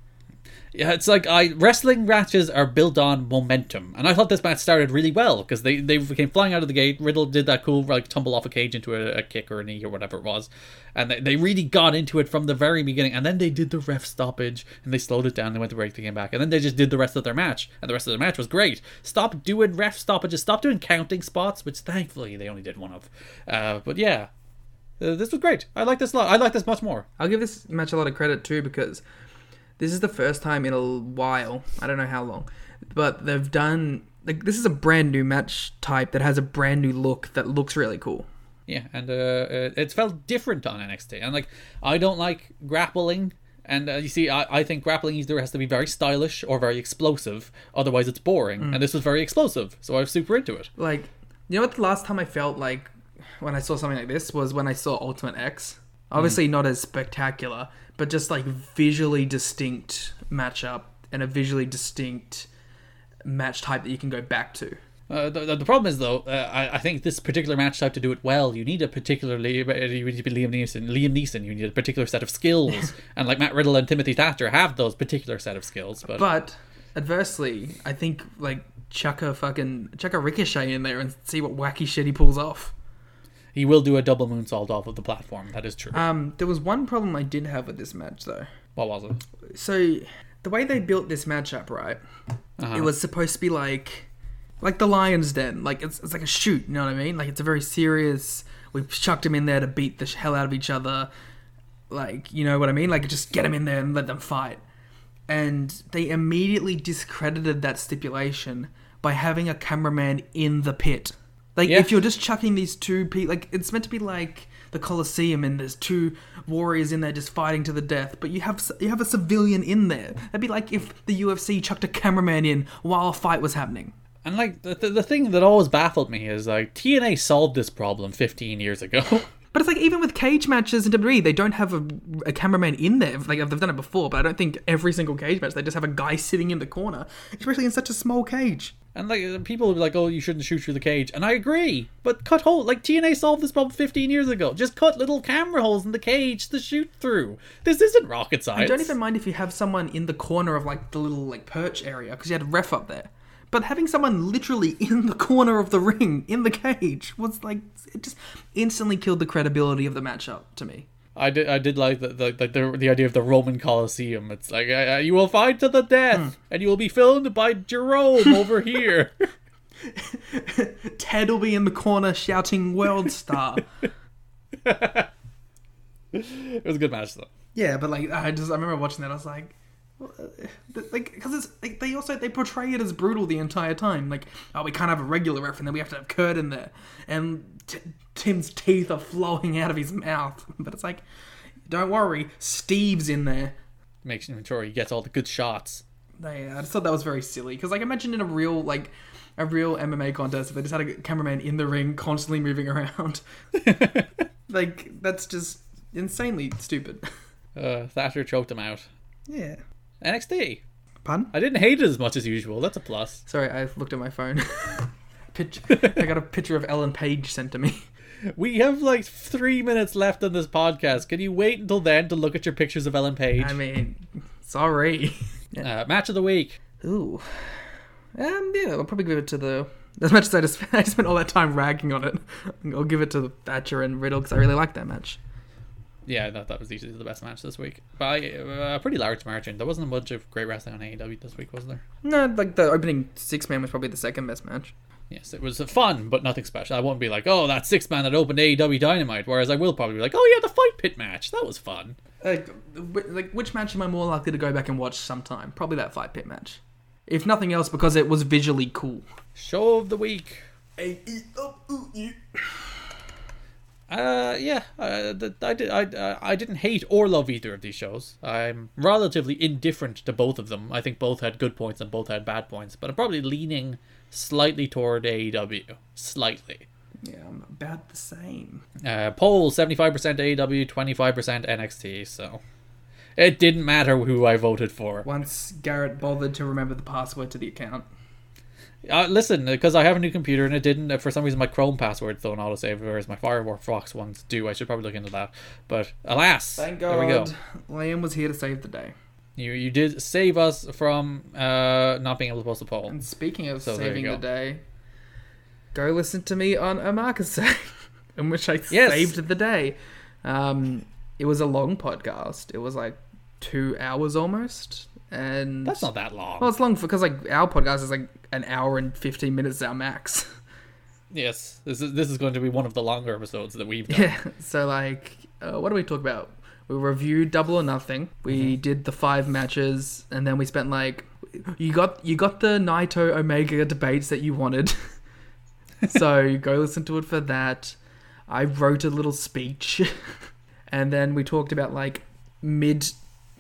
Speaker 3: yeah, it's like I wrestling matches are built on momentum, and I thought this match started really well because they they came flying out of the gate. Riddle did that cool like tumble off a cage into a, a kick or a knee or whatever it was, and they, they really got into it from the very beginning. And then they did the ref stoppage and they slowed it down. They went to break, they came back, and then they just did the rest of their match, and the rest of their match was great. Stop doing ref stoppages. Stop doing counting spots, which thankfully they only did one of. Uh, but yeah. Uh, this was great. I like this a lot. I like this much more.
Speaker 4: I'll give this match a lot of credit too because this is the first time in a while, I don't know how long, but they've done like this is a brand new match type that has a brand new look that looks really cool.
Speaker 3: Yeah, and uh, uh, it felt different on NXT. And like, I don't like grappling. And uh, you see, I, I think grappling either has to be very stylish or very explosive, otherwise it's boring. And this was very explosive, so I was super into it.
Speaker 4: Like, you know what the last time I felt like when I saw something like this was when I saw Ultimate X. Obviously not as spectacular, but just like visually distinct matchup and a visually distinct match type that you can go back to.
Speaker 3: Uh, the, the- the problem is though, uh, I, I think this particular match type to do it well, you need a particularly uh, you need to be Liam Neeson. Liam Neeson, you need a particular set of skills, and like Matt Riddle and Timothy Thatcher have those particular set of skills. But,
Speaker 4: But adversely, I think like chuck a fucking chuck a ricochet in there and see what wacky shit he pulls off.
Speaker 3: he will do a double moonsault off of the platform. That is true.
Speaker 4: Um, there was one problem I did have with this match though.
Speaker 3: what was it?
Speaker 4: So the way they built this match up, right? It was supposed to be like like the Lion's Den, like it's it's like a shoot. You know what I mean? Like it's a very serious. We've chucked him in there to beat the sh- hell out of each other. Like you know what I mean? Like just get him in there and let them fight. and they immediately discredited that stipulation by having a cameraman in the pit. Like
Speaker 3: Yeah.
Speaker 4: if you're just chucking these two people, like it's meant to be like the Colosseum, and there's two warriors in there just fighting to the death. But you have c- you have a civilian in there. That'd be like if the UFC chucked a cameraman in while a fight was happening.
Speaker 3: And like the, the, the thing that always baffled me is like TNA solved this problem 15 years ago.
Speaker 4: But it's like even with cage matches in WWE, they don't have a, a cameraman in there. Like they've done it before, but I don't think every single cage match they just have a guy sitting in the corner, especially in such a small cage.
Speaker 3: and like people would be like, "Oh, you shouldn't shoot through the cage," and I agree. But cut hole like TNA solved this problem 15 years ago. Just cut little camera holes in the cage to shoot through. This isn't rocket science.
Speaker 4: I don't even mind if you have someone in the corner of like the little like perch area because you had a ref up there. But having someone literally in the corner of the ring in the cage was like it just instantly killed the credibility of the matchup to me.
Speaker 3: I did. I did like the the, the, the, the idea of the Roman Colosseum. It's like uh, uh, you will fight to the death,
Speaker 4: Hmm.
Speaker 3: and you will be filmed by Jerome over here.
Speaker 4: Ted will be in the corner shouting "World Star."
Speaker 3: it was a good match though.
Speaker 4: yeah, but like I just I remember watching that I was like. well, uh, th- Like, because it's like, they also they portray it as brutal the entire time. Like, oh, we can't have a regular ref, and then we have to have Kurt in there, and t- Tim's teeth are flowing out of his mouth. But it's like, don't worry, Steve's in there.
Speaker 3: Makes sure he gets all the good shots.
Speaker 4: They, uh, I just thought that was very silly because, like, imagine in a real like a real MMA contest if they just had a cameraman in the ring constantly moving around. like, that's just insanely stupid.
Speaker 3: Uh, Thatcher choked him out.
Speaker 4: yeah.
Speaker 3: NXT.
Speaker 4: Pun.
Speaker 3: I didn't hate it as much as usual. That's a plus.
Speaker 4: Sorry, I looked at my phone. picture, I got a picture of Ellen Page sent to me.
Speaker 3: We have like three minutes left on this podcast. Can you wait until then to look at your pictures of Ellen Page?
Speaker 4: I mean, sorry.
Speaker 3: uh, match of the week.
Speaker 4: Ooh. Um, yeah, I'll probably give it to the. As much as I just, I spent all that time ragging on it, I'll give it to Thatcher and Riddle because I really like that match.
Speaker 3: Yeah, that, that was easily the best match this week by uh, a pretty large margin. There wasn't a bunch of great wrestling on AEW this week, was there?
Speaker 4: No, like the opening six man was probably the second best match.
Speaker 3: Yes, it was fun, but nothing special. I won't be like, oh, that six man that opened AEW Dynamite, whereas I will probably be like, oh, yeah, the fight pit match. That was fun.
Speaker 4: Like, wh- like which match am I more likely to go back and watch sometime? Probably that fight pit match. If nothing else, because it was visually cool.
Speaker 3: Show of the week. Uh, yeah, uh, th- I did. I uh, I didn't hate or love either of these shows. I'm relatively indifferent to both of them. I think both had good points and both had bad points, but I'm probably leaning slightly toward AEW, slightly.
Speaker 4: Yeah, I'm about the same.
Speaker 3: Uh, poll seventy five percent AEW, twenty five percent NXT. So it didn't matter who I voted for.
Speaker 4: Once Garrett bothered to remember the password to the account.
Speaker 3: Uh, listen, because I have a new computer and it didn't. uh, For some reason, my Chrome password's still an autosave, whereas my Firefox ones do. I should probably look into that. But alas,
Speaker 4: Thank God.
Speaker 3: there we go.
Speaker 4: Liam was here to save the day.
Speaker 3: You you did save us from uh not being able to post a poll.
Speaker 4: And speaking of
Speaker 3: So there you
Speaker 4: saving
Speaker 3: go.
Speaker 4: the day, go listen to me on Omakase, in which I
Speaker 3: Yes.
Speaker 4: saved the day. Um, it was a long podcast. It was like two hours almost, and
Speaker 3: That's not that long.
Speaker 4: well, it's long because like our podcast is like an hour and fifteen minutes our max.
Speaker 3: yes, this is this is going to be one of the longer episodes that we've done.
Speaker 4: Yeah. So like, uh, what do we talk about? We reviewed Double or Nothing. We did the five matches, and then we spent like, you got you got the Naito Omega debates that you wanted. so go listen to it for that. I wrote a little speech, and then we talked about like mid,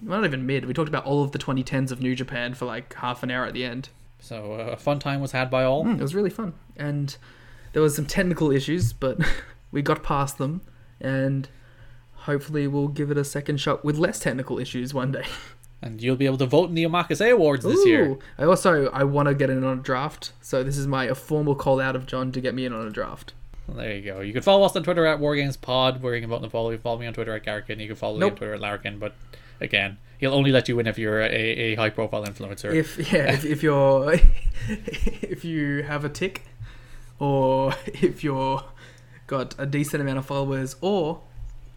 Speaker 4: well, not even mid. We talked about all of the 2010s of New Japan for like half an hour at the end.
Speaker 3: So uh, a fun time was had by all.
Speaker 4: It was really fun, and there was some technical issues, but we got past them, and hopefully we'll give it a second shot with less technical issues one day.
Speaker 3: And you'll be able to vote in the Omakase Awards this year.
Speaker 4: Ooh, I also I want to get in on a draft, so this is my a formal call out of John to get me in on a draft.
Speaker 3: Well, there you go. You can follow us on Twitter at WarGamesPod, where you can vote in the poll. You can follow me on Twitter at Garrick, and You can follow me
Speaker 4: Nope.
Speaker 3: on Twitter at Larkin. But again, he'll only let you in if you're a, a high profile influencer.
Speaker 4: If yeah, if, if you're if you have a tick, or if you're got a decent amount of followers, or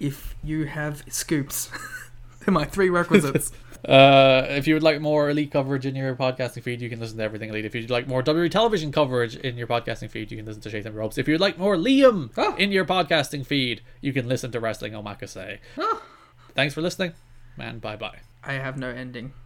Speaker 4: if you have scoops, they're my three requisites.
Speaker 3: Uh, if you would like more elite coverage in your podcasting feed, you can listen to everything elite. If you'd like more WWE television coverage in your podcasting feed, you can listen to Shades and Ropes. If you'd like more Liam
Speaker 4: Ah.
Speaker 3: in your podcasting feed, you can listen to Wrestling Omakase.
Speaker 4: Ah.
Speaker 3: Thanks for listening, and bye bye.
Speaker 4: I have no ending.